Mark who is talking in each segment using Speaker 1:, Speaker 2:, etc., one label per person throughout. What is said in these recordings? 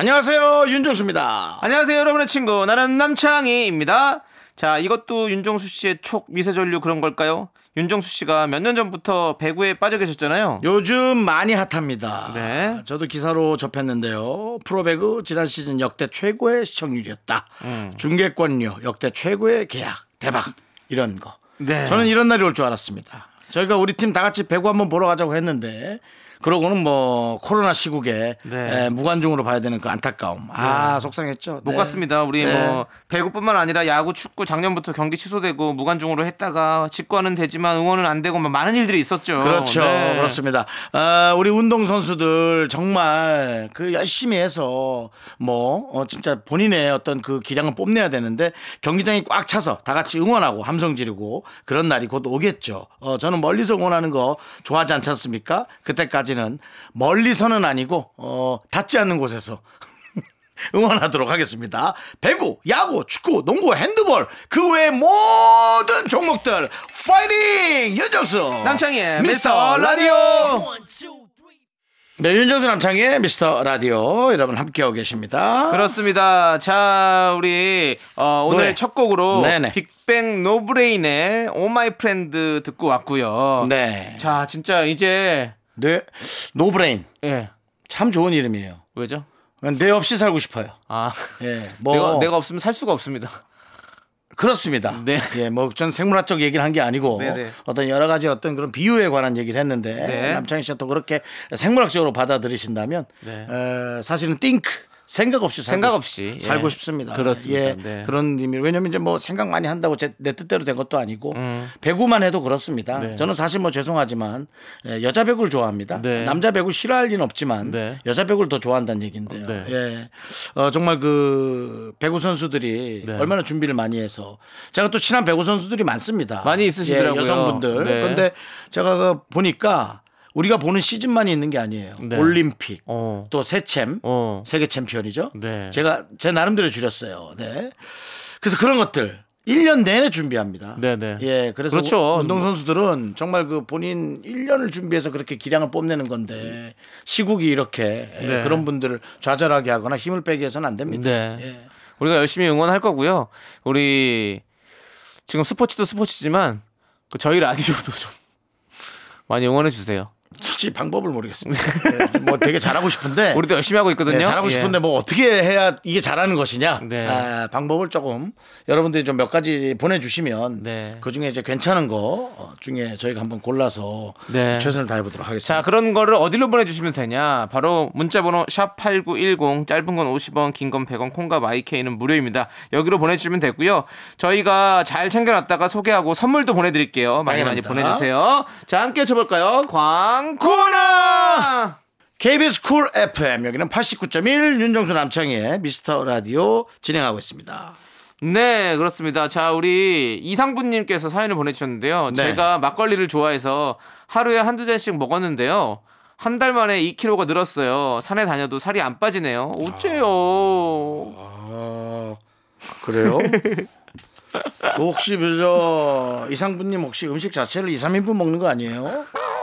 Speaker 1: 안녕하세요 윤정수입니다
Speaker 2: 안녕하세요, 여러분의 친구. 나는 남창희입니다. 자, 이것도 윤종수 씨의 촉 미세전류 그런 걸까요? 윤종수 씨가 몇 년 전부터 배구에 빠져 계셨잖아요.
Speaker 1: 요즘 많이 핫합니다
Speaker 2: 네.
Speaker 1: 저도 기사로 접했는데요 프로배구 지난 시즌 역대 최고의 시청률이었다
Speaker 2: 음.
Speaker 1: 중계권료 역대 최고의 계약 대박 이런 거
Speaker 2: 네.
Speaker 1: 저는 이런 날이 올 줄 알았습니다 저희가 우리 팀 다 같이 배구 한번 보러 가자고 했는데 그러고는 뭐 코로나 시국에
Speaker 2: 네.
Speaker 1: 에, 무관중으로 봐야 되는 그 안타까움 아 속상했죠
Speaker 2: 못
Speaker 1: 네.
Speaker 2: 갔습니다. 우리
Speaker 1: 네.
Speaker 2: 뭐 배구뿐만 아니라 야구, 축구 작년부터 경기 취소되고 무관중으로 했다가 직관은 되지만 응원은 안 되고 막 많은 일들이 있었죠.
Speaker 1: 그렇죠.
Speaker 2: 네.
Speaker 1: 그렇습니다. 아, 우리 운동선수들 정말 그 열심히 해서 뭐, 어, 진짜 본인의 어떤 그 기량을 뽐내야 되는데 경기장이 꽉 차서 다 같이 응원하고 함성 지르고 그런 날이 곧 오겠죠. 어, 저는 멀리서 응원하는 거 좋아하지 않지 않습니까? 그때까지는 멀리서는 아니고, 어, 닿지 않는 곳에서 응원하도록 하겠습니다. 배구, 야구, 축구, 농구, 핸드볼 그 외의 모든 종목들 파이팅! 윤정수
Speaker 2: 남창희의 미스터 라디오.
Speaker 1: 네, 윤정수 남창희의 미스터 라디오 여러분 함께하고 계십니다.
Speaker 2: 그렇죠. 그렇습니다. 자, 우리 어, 오늘
Speaker 1: 노래.
Speaker 2: 첫 곡으로
Speaker 1: 네네.
Speaker 2: 빅뱅 노브레인의 오 마이 프렌드 듣고 왔고요.
Speaker 1: 네.
Speaker 2: 자, 진짜 이제
Speaker 1: 네, 노브레인
Speaker 2: 예.
Speaker 1: 참 좋은 이름이에요.
Speaker 2: 왜죠?
Speaker 1: 뇌 없이 살고 싶어요.
Speaker 2: 아. 어.
Speaker 1: 예, 뭐
Speaker 2: 내가 내가 없으면 살 수가 없습니다.
Speaker 1: 그렇습니다.
Speaker 2: 네.
Speaker 1: 예, 뭐 전 생물학적 얘기를 한 게 아니고
Speaker 2: 네네.
Speaker 1: 어떤 여러 가지 어떤 그런 비유에 관한 얘기를 했는데
Speaker 2: 네.
Speaker 1: 남창희 씨가 또 그렇게 생물학적으로 받아들이신다면
Speaker 2: 네.
Speaker 1: 에, 사실은 think 생각 없이 살고
Speaker 2: 생각
Speaker 1: 싶-
Speaker 2: 없이, 예.
Speaker 1: 살고 싶습니다.
Speaker 2: 그렇습니다.
Speaker 1: 예,
Speaker 2: 네.
Speaker 1: 그런 의미. 왜냐면 이제 뭐 생각 많이 한다고 제, 내 뜻대로 된 것도 아니고
Speaker 2: 음.
Speaker 1: 배구만 해도 그렇습니다. 저는 사실 뭐 죄송하지만 예, 여자 배구를 좋아합니다.
Speaker 2: 네.
Speaker 1: 남자 배구 싫어할 리는 없지만
Speaker 2: 네.
Speaker 1: 여자 배구를 더 좋아한다는 얘기인데요.
Speaker 2: 네.
Speaker 1: 예. 어, 정말 그 배구 선수들이
Speaker 2: 네.
Speaker 1: 얼마나 준비를 많이 해서 제가 또 친한 배구 선수들이 많습니다.
Speaker 2: 많이 있으시더라고요.
Speaker 1: 예, 여성분들.
Speaker 2: 네.
Speaker 1: 그런데 제가 그 보니까 우리가 보는 시즌만이 있는 게 아니에요.
Speaker 2: 네.
Speaker 1: 올림픽
Speaker 2: 어.
Speaker 1: 또 세챔
Speaker 2: 어.
Speaker 1: 세계 챔피언이죠.
Speaker 2: 네.
Speaker 1: 제가 제 나름대로 줄였어요. 네. 그래서 그런 것들 1년 내내 준비합니다.
Speaker 2: 네, 네.
Speaker 1: 예, 그래서
Speaker 2: 그렇죠.
Speaker 1: 운동 선수들은 정말 그 본인 1년을 준비해서 그렇게 기량을 뽐내는 건데 시국이 이렇게 예,
Speaker 2: 네.
Speaker 1: 그런 분들을 좌절하게 하거나 힘을 빼게 해서는 안 됩니다.
Speaker 2: 네.
Speaker 1: 예.
Speaker 2: 우리가 열심히 응원할 거고요. 우리 지금 스포츠도 스포츠지만 그 저희 라디오도 좀 많이 응원해 주세요.
Speaker 1: 솔직히 방법을 모르겠습니다. 예, 뭐 되게 잘하고 싶은데
Speaker 2: 우리도 열심히 하고 있거든요.
Speaker 1: 네, 잘하고
Speaker 2: 예.
Speaker 1: 싶은데 뭐 어떻게 해야 이게 잘하는 것이냐
Speaker 2: 네.
Speaker 1: 아, 방법을 조금 여러분들이 좀 몇 가지 보내주시면
Speaker 2: 네.
Speaker 1: 그 중에 이제 괜찮은 거 어, 중에 저희가 한번 골라서
Speaker 2: 네.
Speaker 1: 최선을 다해보도록 하겠습니다.
Speaker 2: 자, 그런 거를 어디로 보내주시면 되냐? 바로 문자번호 샵8910, 짧은 건 50원, 긴 건 100원, 콩과 마이케이는 무료입니다. 여기로 보내주시면 되고요. 저희가 잘 챙겨놨다가 소개하고 선물도 보내드릴게요. 많이 많이
Speaker 1: 당연합니다.
Speaker 2: 보내주세요. 자, 함께 쳐볼까요? 광고나!
Speaker 1: KBS 쿨 FM 여기는 89.1 윤정수 남창희의 미스터 라디오 진행하고 있습니다.
Speaker 2: 네, 그렇습니다. 자, 우리 이상부님께서 사연을 보내주셨는데요.
Speaker 1: 네.
Speaker 2: 제가 막걸리를 좋아해서 하루에 한두 잔씩 먹었는데요. 한 달 만에 2kg가 늘었어요. 산에 다녀도 살이 안 빠지네요. 어째요?
Speaker 1: 아. 그래요? 혹시 그저 이상분님 혹시 음식 자체를 2, 3인분 먹는 거 아니에요?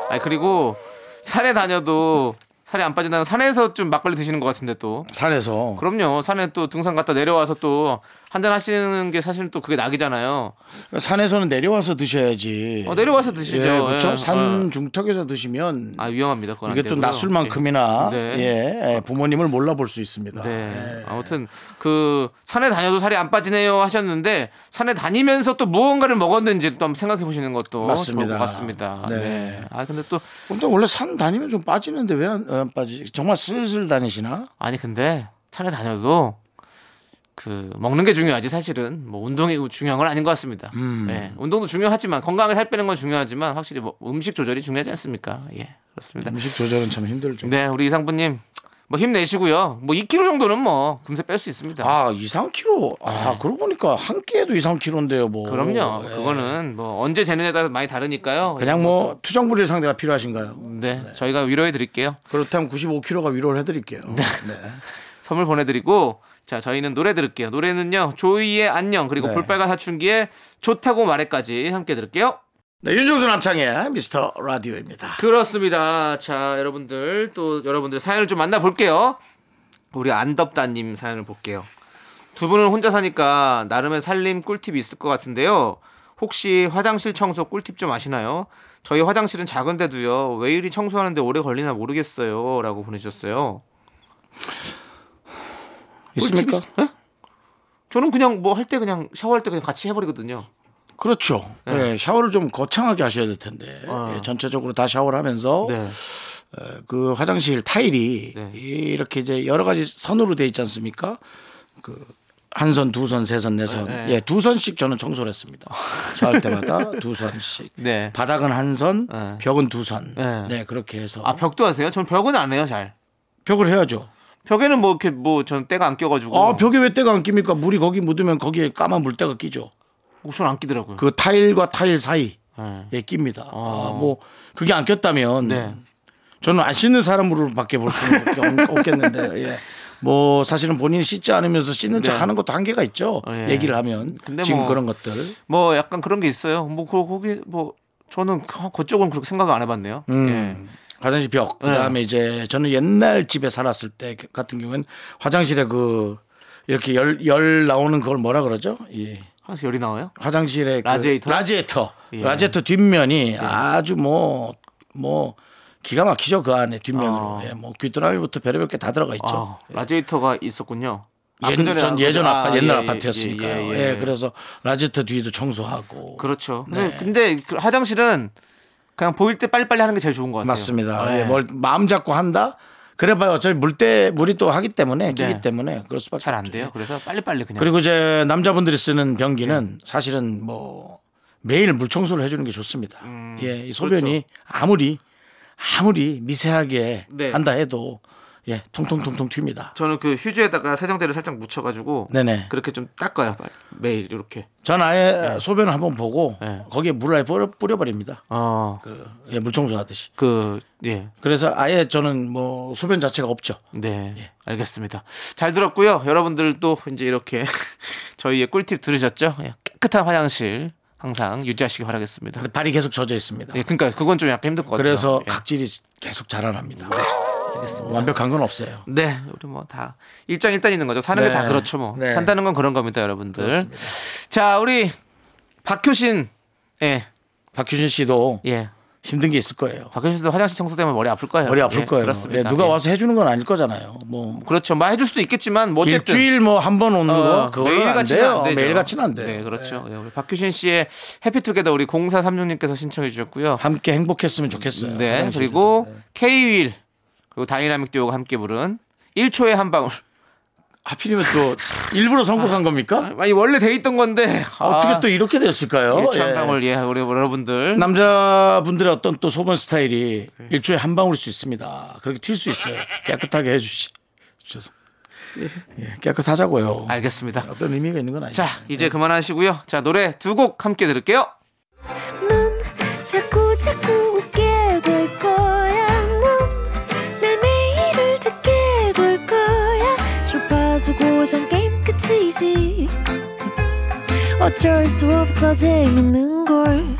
Speaker 2: 아 그리고 산에 다녀도 살이 안 빠진다는 산에서 좀 막걸리 드시는 것 같은데 또
Speaker 1: 산에서
Speaker 2: 그럼요 산에 또 등산 갔다 내려와서 또 한잔 하시는 게 사실 또 그게 낙이잖아요
Speaker 1: 산에서는 내려와서 드셔야지.
Speaker 2: 어, 내려와서 드시죠.
Speaker 1: 예, 그렇죠.
Speaker 2: 예,
Speaker 1: 산
Speaker 2: 어.
Speaker 1: 중턱에서 드시면
Speaker 2: 아 위험합니다 그건 안
Speaker 1: 이게 또
Speaker 2: 되고요.
Speaker 1: 낮술만큼이나
Speaker 2: 네.
Speaker 1: 예, 예, 부모님을 몰라볼 수 있습니다.
Speaker 2: 네.
Speaker 1: 예.
Speaker 2: 아무튼 그 산에 다녀도 살이 안 빠지네요 하셨는데 산에 다니면서 또 무언가를 먹었는지 또 한번 생각해 보시는 것도
Speaker 1: 맞습니다.
Speaker 2: 좋을 것 같습니다.
Speaker 1: 네.
Speaker 2: 네. 아 근데 또
Speaker 1: 근데 원래 산 다니면 좀 빠지는데 왜 안 빠지지? 정말 슬슬 다니시나?
Speaker 2: 아니 근데 산에 다녀도 그 먹는 게 중요하지 사실은 뭐 운동이 중요한 건 아닌 것 같습니다.
Speaker 1: 음.
Speaker 2: 예, 운동도 중요하지만 건강하게 살 빼는 건 중요하지만 확실히 뭐 음식 조절이 중요하지 않습니까? 예 그렇습니다.
Speaker 1: 음식 조절은 참 힘들죠.
Speaker 2: 네 우리 이상부님 뭐 힘내시고요. 뭐 2kg 정도는 뭐 금세 뺄 수 있습니다.
Speaker 1: 아, 2, 3kg. 아, 그러고 보니까 한 끼에도 2, 3kg인데요, 뭐.
Speaker 2: 그럼요.
Speaker 1: 예.
Speaker 2: 그거는 뭐 언제 재느냐에 따라 많이 다르니까요.
Speaker 1: 그냥 뭐 투정 부릴 상대가 필요하신가요?
Speaker 2: 네, 저희가 위로해 드릴게요.
Speaker 1: 그렇다면 95kg가 위로를 해드릴게요. 네.
Speaker 2: 선물 보내드리고 자 저희는 노래 들을게요. 노래는요 조이의 안녕 그리고
Speaker 1: 네.
Speaker 2: 볼빨간 사춘기의 좋다고 말해까지 함께 들을게요.
Speaker 1: 네, 윤종수 남창의 미스터 라디오입니다.
Speaker 2: 그렇습니다. 자 여러분들 또 여러분들 사연을 좀 만나볼게요. 우리 안덥다님 사연을 볼게요. 두 분은 혼자 사니까 나름의 살림 꿀팁이 있을 것 같은데요. 혹시 화장실 청소 꿀팁 좀 아시나요? 저희 화장실은 작은데도요. 왜 이리 청소하는데 오래 걸리나 모르겠어요.라고 보내주셨어요.
Speaker 1: 있습니까?
Speaker 2: 꿀팁이- 예? 저는 그냥 뭐 할 때 그냥 샤워할 때 그냥 같이 해버리거든요.
Speaker 1: 그렇죠. 예, 샤워를 좀 거창하게 하셔야 될 텐데
Speaker 2: 어.
Speaker 1: 예, 전체적으로 다 샤워를 하면서
Speaker 2: 네.
Speaker 1: 그 화장실 타일이
Speaker 2: 네.
Speaker 1: 이렇게 이제 여러 가지 선으로 돼 있지 않습니까? 그 한 선, 두 선, 세 선, 네 선.
Speaker 2: 네, 네.
Speaker 1: 예, 두 선씩 저는 청소를 했습니다. 샤워할 때마다 두 선씩.
Speaker 2: 네.
Speaker 1: 바닥은 한 선,
Speaker 2: 네.
Speaker 1: 벽은 두 선.
Speaker 2: 네.
Speaker 1: 네. 그렇게 해서
Speaker 2: 아 벽도 하세요? 전 벽은 안 해요 잘.
Speaker 1: 벽을 해야죠.
Speaker 2: 벽에는 뭐 이렇게 뭐 전 때가 안 껴가지고.
Speaker 1: 아, 벽에 왜 때가 안 낍니까? 물이 거기 묻으면 거기에 까만 물때가 끼죠.
Speaker 2: 옷안 끼더라고요.
Speaker 1: 그 타일과 타일 사이.
Speaker 2: 네.
Speaker 1: 예, 낍니다. 아, 뭐 그게 안 꼈다면
Speaker 2: 어. 네.
Speaker 1: 저는 안 씻는 사람으로밖에 볼 수는 없- 없겠는데 예. 뭐 사실은 본인이 씻지 않으면서 씻는
Speaker 2: 네.
Speaker 1: 척하는 것도 한계가 있죠.
Speaker 2: 어, 예.
Speaker 1: 얘기를 하면
Speaker 2: 근데
Speaker 1: 지금
Speaker 2: 뭐-
Speaker 1: 그런 것들.
Speaker 2: 뭐 약간 그런 게 있어요. 뭐 그- 거기 뭐 저는 그- 그쪽은 그렇게 생각을 안 해봤네요.
Speaker 1: 음.
Speaker 2: 예.
Speaker 1: 화장실 벽. 그다음에 이제 저는 옛날 집에 살았을 때그 같은 경우에는 화장실에 그 이렇게 열, 열 나오는 그걸 뭐라 그러죠? 예.
Speaker 2: 항상 열이 나와요?
Speaker 1: 화장실에
Speaker 2: 라지에이터?
Speaker 1: 그, 라지에이터.
Speaker 2: 예.
Speaker 1: 라지에이터 뒷면이 아주 뭐, 뭐, 기가 막히죠. 그 안에 뒷면으로.
Speaker 2: 아.
Speaker 1: 예, 뭐, 귀뚜라미부터 별의별 게 다 들어가 있죠.
Speaker 2: 아, 라디에이터가 있었군요. 아,
Speaker 1: 예.
Speaker 2: 그
Speaker 1: 전,
Speaker 2: 전에 아,
Speaker 1: 예전 아파,
Speaker 2: 아,
Speaker 1: 옛날
Speaker 2: 예,
Speaker 1: 아파트였으니까. 예,
Speaker 2: 예, 예, 예.
Speaker 1: 그래서 라지에이터 뒤도 청소하고.
Speaker 2: 그렇죠.
Speaker 1: 네.
Speaker 2: 근데, 근데 그 화장실은 그냥 보일 때 빨리빨리 하는 게 제일 좋은 것 같아요.
Speaker 1: 맞습니다.
Speaker 2: 예.
Speaker 1: 예, 뭘 마음 잡고 한다? 그래봐요. 어차피 물때, 물이 또 하기 때문에, 끼기 때문에 그럴 수밖에
Speaker 2: 네. 잘 안
Speaker 1: 없죠. 예.
Speaker 2: 돼요. 네. 그래서 빨리빨리 그냥.
Speaker 1: 그리고 이제 남자분들이 쓰는
Speaker 2: 네.
Speaker 1: 변기는 사실은 뭐 매일 물 청소를 해주는 게 좋습니다.
Speaker 2: 음, 그렇죠.
Speaker 1: 예, 이 소변이 아무리 아무리 미세하게
Speaker 2: 네.
Speaker 1: 한다 해도 예, 통통통통 튑니다.
Speaker 2: 저는 그 휴지에다가 세정제를 살짝 묻혀가지고
Speaker 1: 네네.
Speaker 2: 그렇게 좀 닦아요 빨리. 매일 이렇게.
Speaker 1: 전 아예 소변을 한번 보고
Speaker 2: 네.
Speaker 1: 거기에 물을 아예 뿌려, 뿌려버립니다.
Speaker 2: 어.
Speaker 1: 그, 예, 물 청소하듯이.
Speaker 2: 그 예.
Speaker 1: 그래서 아예 저는 뭐 소변 자체가 없죠.
Speaker 2: 네.
Speaker 1: 예.
Speaker 2: 알겠습니다. 잘 들었고요. 여러분들도 이제 이렇게 저희의 꿀팁 들으셨죠? 예, 깨끗한 화장실 항상 유지하시기 바라겠습니다.
Speaker 1: 근데 발이 계속 젖어 있습니다.
Speaker 2: 예, 그러니까 그건 좀 약간 힘들 것 같아요.
Speaker 1: 그래서
Speaker 2: 예, 네,
Speaker 1: 각질이 계속 자라납니다.
Speaker 2: 알겠습니다.
Speaker 1: 완벽한 건 없어요.
Speaker 2: 네, 우리 뭐 다 일장일단 있는 거죠. 사는 게 다
Speaker 1: 네.
Speaker 2: 그렇죠, 뭐
Speaker 1: 네.
Speaker 2: 산다는 건 그런 겁니다, 여러분들. 자, 우리 박효신, 예,
Speaker 1: 박효진 씨도
Speaker 2: 예,
Speaker 1: 힘든 게 있을 거예요.
Speaker 2: 박효신도 화장실 청소 때문에 머리 아플 거예요.
Speaker 1: 머리 아플
Speaker 2: 예,
Speaker 1: 거예요.
Speaker 2: 그렇습니다.
Speaker 1: 예, 누가
Speaker 2: 예.
Speaker 1: 와서 해주는 건 아닐 거잖아요. 뭐
Speaker 2: 그렇죠. 뭐 해줄 수도 있겠지만 뭐 어쨌든
Speaker 1: 일주일 뭐 한 번 오는
Speaker 2: 어,
Speaker 1: 거 그걸로 안
Speaker 2: 매일같이는
Speaker 1: 돼요.
Speaker 2: 되죠.
Speaker 1: 매일같이는 안 돼요.
Speaker 2: 네, 그렇죠. 예, 우리 박효신 씨의 해피투게더 우리 0436님께서 신청해 주셨고요.
Speaker 1: 함께 행복했으면 좋겠어요.
Speaker 2: 네,
Speaker 1: 화장실도.
Speaker 2: 그리고 K-윌 그리고 다이나믹 듀오가 함께 부른 1초의 한 방울.
Speaker 1: 하필이면 또 일부러 선곡한 겁니까?
Speaker 2: 아니 원래 돼 있던 건데
Speaker 1: 어떻게 또 이렇게 됐을까요?
Speaker 2: 아, 1초 한
Speaker 1: 예.
Speaker 2: 방울 예, 우리 여러분들.
Speaker 1: 남자분들의 어떤 또 소변 스타일이 일주일에 한 방울 수 있습니다. 그렇게 튈 수 있어요. 깨끗하게 해주시. 주셔서. 예, 깨끗하자고요.
Speaker 2: 알겠습니다.
Speaker 1: 어떤 의미가 있는 건 아니죠.
Speaker 2: 자, 이제 그만하시고요. 자, 노래 두 곡 함께 들을게요.
Speaker 3: 넌 자꾸 자꾸 웃게 될 거야. 넌내 매일을 듣게 될 거야. 주파수 고정 게임 끝이지. 어쩔 수 없어 재밌는 걸.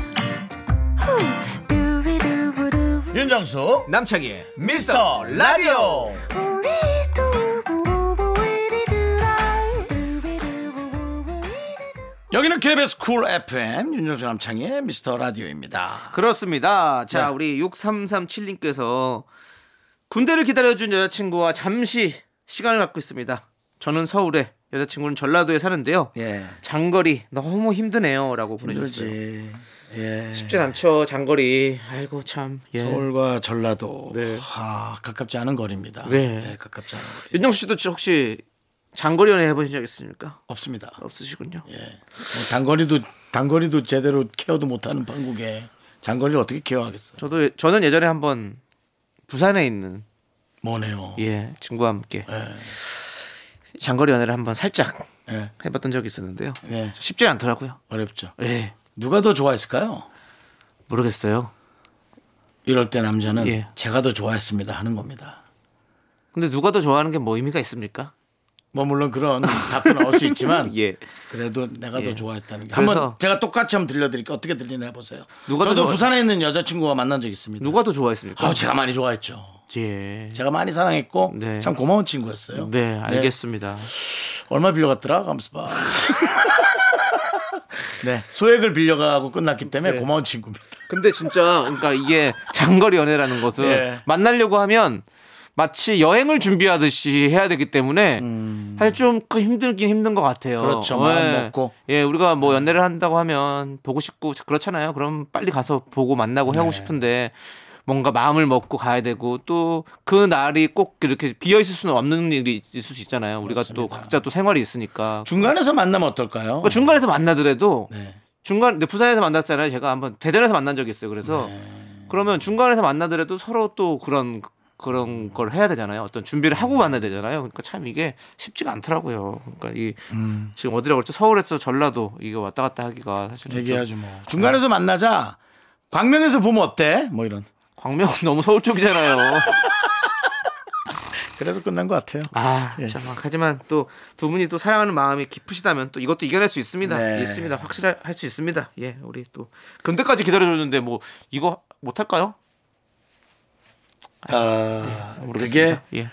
Speaker 3: 후. 두비두부두.
Speaker 1: 윤정수
Speaker 2: 남창희의
Speaker 1: 미스터 라디오.
Speaker 3: 우리 두부부부 우리들아. 두비두부부부 우리들아.
Speaker 1: 여기는 KBS 쿨 FM 윤정수 남창의 미스터 라디오입니다.
Speaker 2: 그렇습니다.
Speaker 1: 네.
Speaker 2: 자, 우리 6337님께서 군대를 기다려준 여자친구와 잠시 시간을 갖고 있습니다. 저는 서울에, 여자친구는 전라도에 사는데요.
Speaker 1: 예.
Speaker 2: 장거리 너무 힘드네요. 라고 보내주셨어요.
Speaker 1: 힘들지. 예.
Speaker 2: 쉽진 않죠, 장거리. 아이고, 참. 예.
Speaker 1: 서울과 전라도
Speaker 2: 네.
Speaker 1: 아, 가깝지 않은 거리입니다.
Speaker 2: 네.
Speaker 1: 예, 가깝지 않은 거리.
Speaker 2: 윤정수 씨도 혹시- 혹시 장거리 연애 해보신 적 있습니까?
Speaker 1: 없습니다.
Speaker 2: 없으시군요.
Speaker 1: 예. 뭐 단거리도 단거리도 제대로 케어도 못하는
Speaker 2: 예,
Speaker 1: 한국에 장거리를 어떻게 케어하겠어요?
Speaker 2: 저도, 저는 예전에 한번 부산에 있는
Speaker 1: 뭐네요.
Speaker 2: 예, 친구와 함께
Speaker 1: 예.
Speaker 2: 장거리 연애를 한번 살짝
Speaker 1: 예.
Speaker 2: 해봤던 적이 있었는데요.
Speaker 1: 예.
Speaker 2: 쉽지 않더라고요.
Speaker 1: 어렵죠.
Speaker 2: 예,
Speaker 1: 누가 더 좋아했을까요?
Speaker 2: 모르겠어요.
Speaker 1: 이럴 때 남자는
Speaker 2: 예.
Speaker 1: 제가 더 좋아했습니다 하는 겁니다.
Speaker 2: 근데 누가 더 좋아하는 게 뭐 의미가 있습니까?
Speaker 1: 뭐 물론 그런 답도 나올 수 있지만
Speaker 2: 예.
Speaker 1: 그래도 내가
Speaker 2: 예.
Speaker 1: 더 좋아했다는 게
Speaker 2: 그래서-
Speaker 1: 한번 제가 똑같이 한번 들려드릴게요. 어떻게 들리나 해보세요.
Speaker 2: 누가 더
Speaker 1: 저도
Speaker 2: 좋아-
Speaker 1: 부산에 있는 여자친구와 만난 적 있습니다.
Speaker 2: 누가 더 좋아했습니까?
Speaker 1: 아우 제가 많이 좋아했죠.
Speaker 2: 예.
Speaker 1: 제가 많이 사랑했고
Speaker 2: 네.
Speaker 1: 참 고마운 친구였어요.
Speaker 2: 네, 알겠습니다.
Speaker 1: 얼마 빌려갔더라? 감스 봐. 네 소액을 빌려가고 끝났기 때문에
Speaker 2: 네.
Speaker 1: 고마운 친구입니다.
Speaker 2: 근데 진짜 그러니까 이게 장거리 연애라는 것은
Speaker 1: 예.
Speaker 2: 만나려고 하면 마치 여행을 준비하듯이 해야 되기 때문에 사실 좀그 힘들긴 힘든 것 같아요.
Speaker 1: 음. 그렇죠. 마음
Speaker 2: 예.
Speaker 1: 먹고. 네.
Speaker 2: 예, 우리가 뭐 연애를 한다고 하면 보고 싶고 그렇잖아요. 그럼 빨리 가서 보고 만나고 하고
Speaker 1: 네.
Speaker 2: 싶은데 뭔가 마음을 먹고 가야 되고 또 그 날이 꼭 이렇게 비어 있을 수는 없는 일이 있을 수 있잖아요. 우리가 또
Speaker 1: 맞습니다.
Speaker 2: 각자 또 생활이 있으니까
Speaker 1: 중간에서 만나면 어떨까요?
Speaker 2: 그러니까 중간에서 만나더라도
Speaker 1: 네.
Speaker 2: 중간 근데 부산에서 만났잖아요. 제가 한번 대전에서 만난 적이 있어요. 그래서
Speaker 1: 네.
Speaker 2: 그러면 중간에서 만나더라도 서로 또 그런 그런 걸 해야 되잖아요. 어떤 준비를
Speaker 1: 음.
Speaker 2: 하고 만나야 되잖아요. 그러니까 참 이게 쉽지가 않더라고요. 그러니까 이
Speaker 1: 음.
Speaker 2: 지금 어디라고 그랬죠? 서울에서 전라도 이거 왔다 갔다 하기가 사실은 좀
Speaker 1: 얘기하지 뭐.
Speaker 2: 아.
Speaker 1: 중간에서 만나자. 광명에서 보면 어때? 뭐 이런.
Speaker 2: 광명 너무 서울 쪽이잖아요.
Speaker 1: 그래서 끝난 것 같아요.
Speaker 2: 아,
Speaker 1: 예.
Speaker 2: 참 하지만 또 두 분이 또 사랑하는 마음이 깊으시다면 또 이것도 이겨낼 수 있습니다.
Speaker 1: 네.
Speaker 2: 있습니다. 확실할 수 있습니다. 예, 우리 또 근데까지 기다려줬는데 뭐 이거 못 할까요?
Speaker 1: 아, 그게
Speaker 2: 모르겠습니다. 예.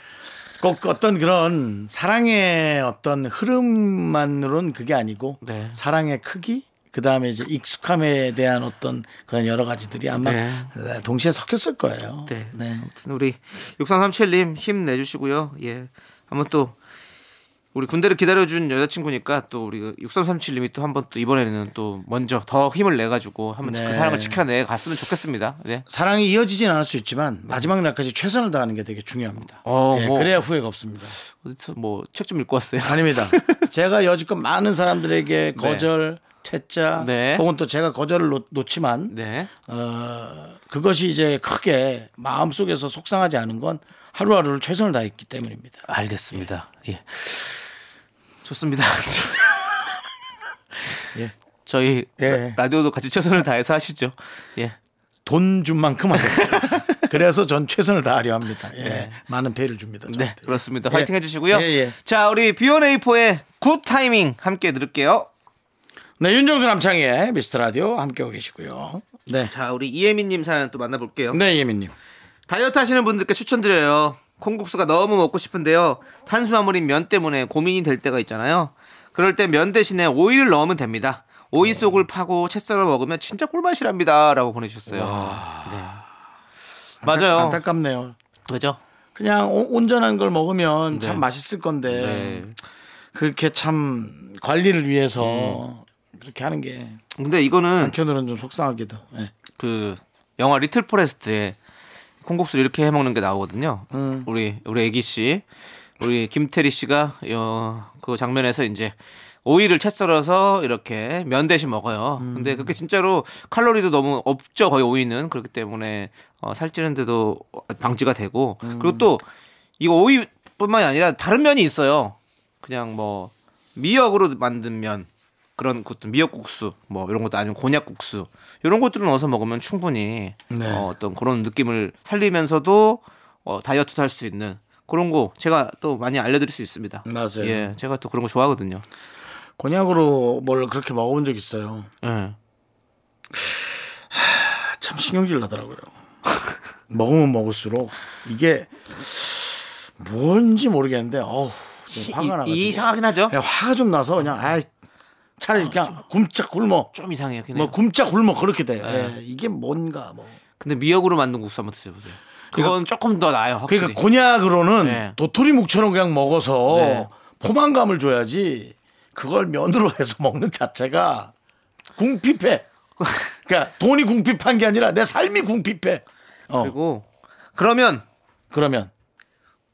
Speaker 1: 꼭 어떤 그런 사랑의 어떤 흐름만으론 그게 아니고
Speaker 2: 네.
Speaker 1: 사랑의 크기 그 다음에 이제 익숙함에 대한 어떤 그런 여러 가지들이 아마
Speaker 2: 네.
Speaker 1: 네, 동시에 섞였을 거예요.
Speaker 2: 네. 아무튼 우리 6337님 힘 내주시고요. 예. 한번 또 우리 군대를 기다려준 여자친구니까 또 우리 6337님이 또 한번 또 이번에는 또 먼저 더 힘을 내가지고 한번
Speaker 1: 네.
Speaker 2: 그 사랑을 지켜내 갔으면 좋겠습니다. 네.
Speaker 1: 사랑이 이어지진 않을 수 있지만 마지막 날까지 최선을 다하는 게 되게 중요합니다.
Speaker 2: 어,
Speaker 1: 예,
Speaker 2: 뭐.
Speaker 1: 그래야 후회가 없습니다.
Speaker 2: 어디서 뭐 책 좀 읽고 왔어요.
Speaker 1: 아닙니다. 제가 여지껏 많은 사람들에게 거절, 퇴짜,
Speaker 2: 네.
Speaker 1: 혹은 또 제가 거절을 놓, 지만
Speaker 2: 네.
Speaker 1: 어, 그것이 이제 크게 마음속에서 속상하지 않은 건 하루하루를 최선을 다했기 때문입니다.
Speaker 2: 알겠습니다. 예. 좋습니다.
Speaker 1: 예.
Speaker 2: 저희
Speaker 1: 예.
Speaker 2: 라- 라디오도 같이 최선을 다해서 하시죠. 예.
Speaker 1: 돈 준 만큼 하겠습니다. 그래서 전 최선을 다하려 합니다. 예. 많은 페이를 줍니다.
Speaker 2: 네,
Speaker 1: 저한테.
Speaker 2: 그렇습니다.
Speaker 1: 예.
Speaker 2: 화이팅 해주시고요.
Speaker 1: 예, 예.
Speaker 2: 자, 우리 비욘에이포의 굿 타이밍 함께 들을게요.
Speaker 1: 네, 윤정수 남창희의 미스터 라디오 함께하고 계시고요. 네.
Speaker 2: 자, 우리 이혜민님 사연 또 만나볼게요.
Speaker 1: 네, 예민님.
Speaker 2: 다이어트 하시는 분들께 추천드려요. 콩국수가 너무 먹고 싶은데요. 탄수화물인 면 때문에 고민이 될 때가 있잖아요. 그럴 때 면 대신에 오이를 넣으면 됩니다. 오이 속을 파고 채 썰어 먹으면 진짜 꿀맛이랍니다. 라고 보내주셨어요. 네. 맞아요.
Speaker 1: 안타깝네요.
Speaker 2: 그죠?
Speaker 1: 그냥 오- 온전한 걸 먹으면
Speaker 2: 네.
Speaker 1: 참 맛있을 건데
Speaker 2: 네.
Speaker 1: 그렇게 참 관리를
Speaker 2: 음.
Speaker 1: 위해서 그렇게 하는 게
Speaker 2: 근데 이거는
Speaker 1: 한편으로는 좀 속상하기도. 예.
Speaker 2: 그 영화 리틀 포레스트에 콩국수를 이렇게 해 먹는 게 나오거든요. 우리 우리 애기 씨, 우리 김태리 씨가 어, 그 장면에서 이제 오이를 채 썰어서 이렇게 면 대신 먹어요. 근데 그게 진짜로 칼로리도 너무 없죠. 거의 오이는 그렇기 때문에 어, 살찌는데도 방지가 되고 그리고 또 이거 오이뿐만이 아니라 다른 면이 있어요. 그냥 뭐 미역으로 만든 면 그런 것도 미역국수 뭐 이런 것도 아니면 곤약국수 이런 것들을 넣어서 먹으면 충분히
Speaker 1: 네.
Speaker 2: 어, 어떤 그런 느낌을 살리면서도 어, 다이어트도 할 수 있는 그런 거 제가 또 많이 알려드릴 수 있습니다.
Speaker 1: 맞아요.
Speaker 2: 예, 제가 또 그런 거 좋아하거든요.
Speaker 1: 곤약으로 뭘 그렇게 먹어본 적 있어요.
Speaker 2: 예.
Speaker 1: 아, 참 신경질 나더라고요. 먹으면 먹을수록 이게 뭔지 모르겠는데 어우 좀 화가 나가지고
Speaker 2: 이, 상하긴 하죠. 아,
Speaker 1: 예, 화가 좀 나서 그냥 아 차라리 그냥 굶짝 굶어
Speaker 2: 좀 이상해요. 그냥.
Speaker 1: 뭐 굶짝 굶어 그렇게 돼요.
Speaker 2: 네.
Speaker 1: 예, 이게 뭔가 뭐
Speaker 2: 근데 미역으로 만든 국수 한번 드셔보세요. 그건 조금 더 나아요. 확실히.
Speaker 1: 그러니까 곤약으로는
Speaker 2: 네.
Speaker 1: 도토리묵처럼 그냥 먹어서
Speaker 2: 네.
Speaker 1: 포만감을 줘야지 그걸 면으로 해서 먹는 자체가 궁핍해. 그러니까 돈이 궁핍한 게 아니라 내 삶이 궁핍해. 어,
Speaker 2: 그리고 그러면
Speaker 1: 그러면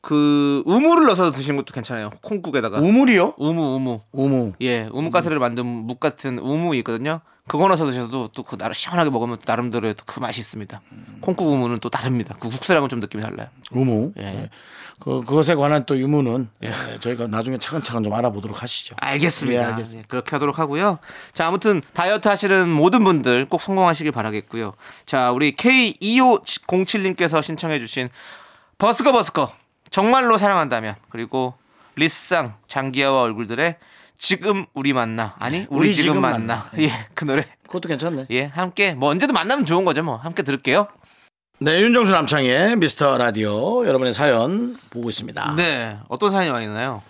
Speaker 2: 그 우무를 넣어서 드시는 것도 괜찮아요. 콩국에다가
Speaker 1: 우물이요?
Speaker 2: 우무 우무.
Speaker 1: 우무.
Speaker 2: 음. 예, 우뭇가스를 만든 묵 같은 우무 있거든요. 그거 하나 사드셔도 또 그 나름 시원하게 먹으면 또 나름대로 또 그 맛이 있습니다. 콩국 우무는 또 다릅니다. 그 국수랑은 좀 느낌이 달라요.
Speaker 1: 우무.
Speaker 2: 예.
Speaker 1: 네. 그, 그것에 관한 또 유무는 예, 저희가 나중에 차근차근 좀 알아보도록 하시죠.
Speaker 2: 알겠습니다.
Speaker 1: 예, 알겠습니다.
Speaker 2: 예, 그렇게 하도록 하고요. 자, 아무튼 다이어트 하시는 모든 분들 꼭 성공하시길 바라겠고요. 자, 우리 K2507님께서 신청해주신 버스커 버스커 정말로 사랑한다면 그리고 리쌍 장기하와 얼굴들의 지금 우리 만나 아니 우리,
Speaker 1: 우리
Speaker 2: 지금,
Speaker 1: 지금
Speaker 2: 만나, 예 그 노래
Speaker 1: 그것도 괜찮네.
Speaker 2: 예 함께 뭐 언제든 만나면 좋은 거죠 뭐 함께 들을게요
Speaker 1: 네, 윤정수 남창의 미스터 라디오 여러분의 사연 보고 있습니다.
Speaker 2: 네 어떤 사연이 많이 나요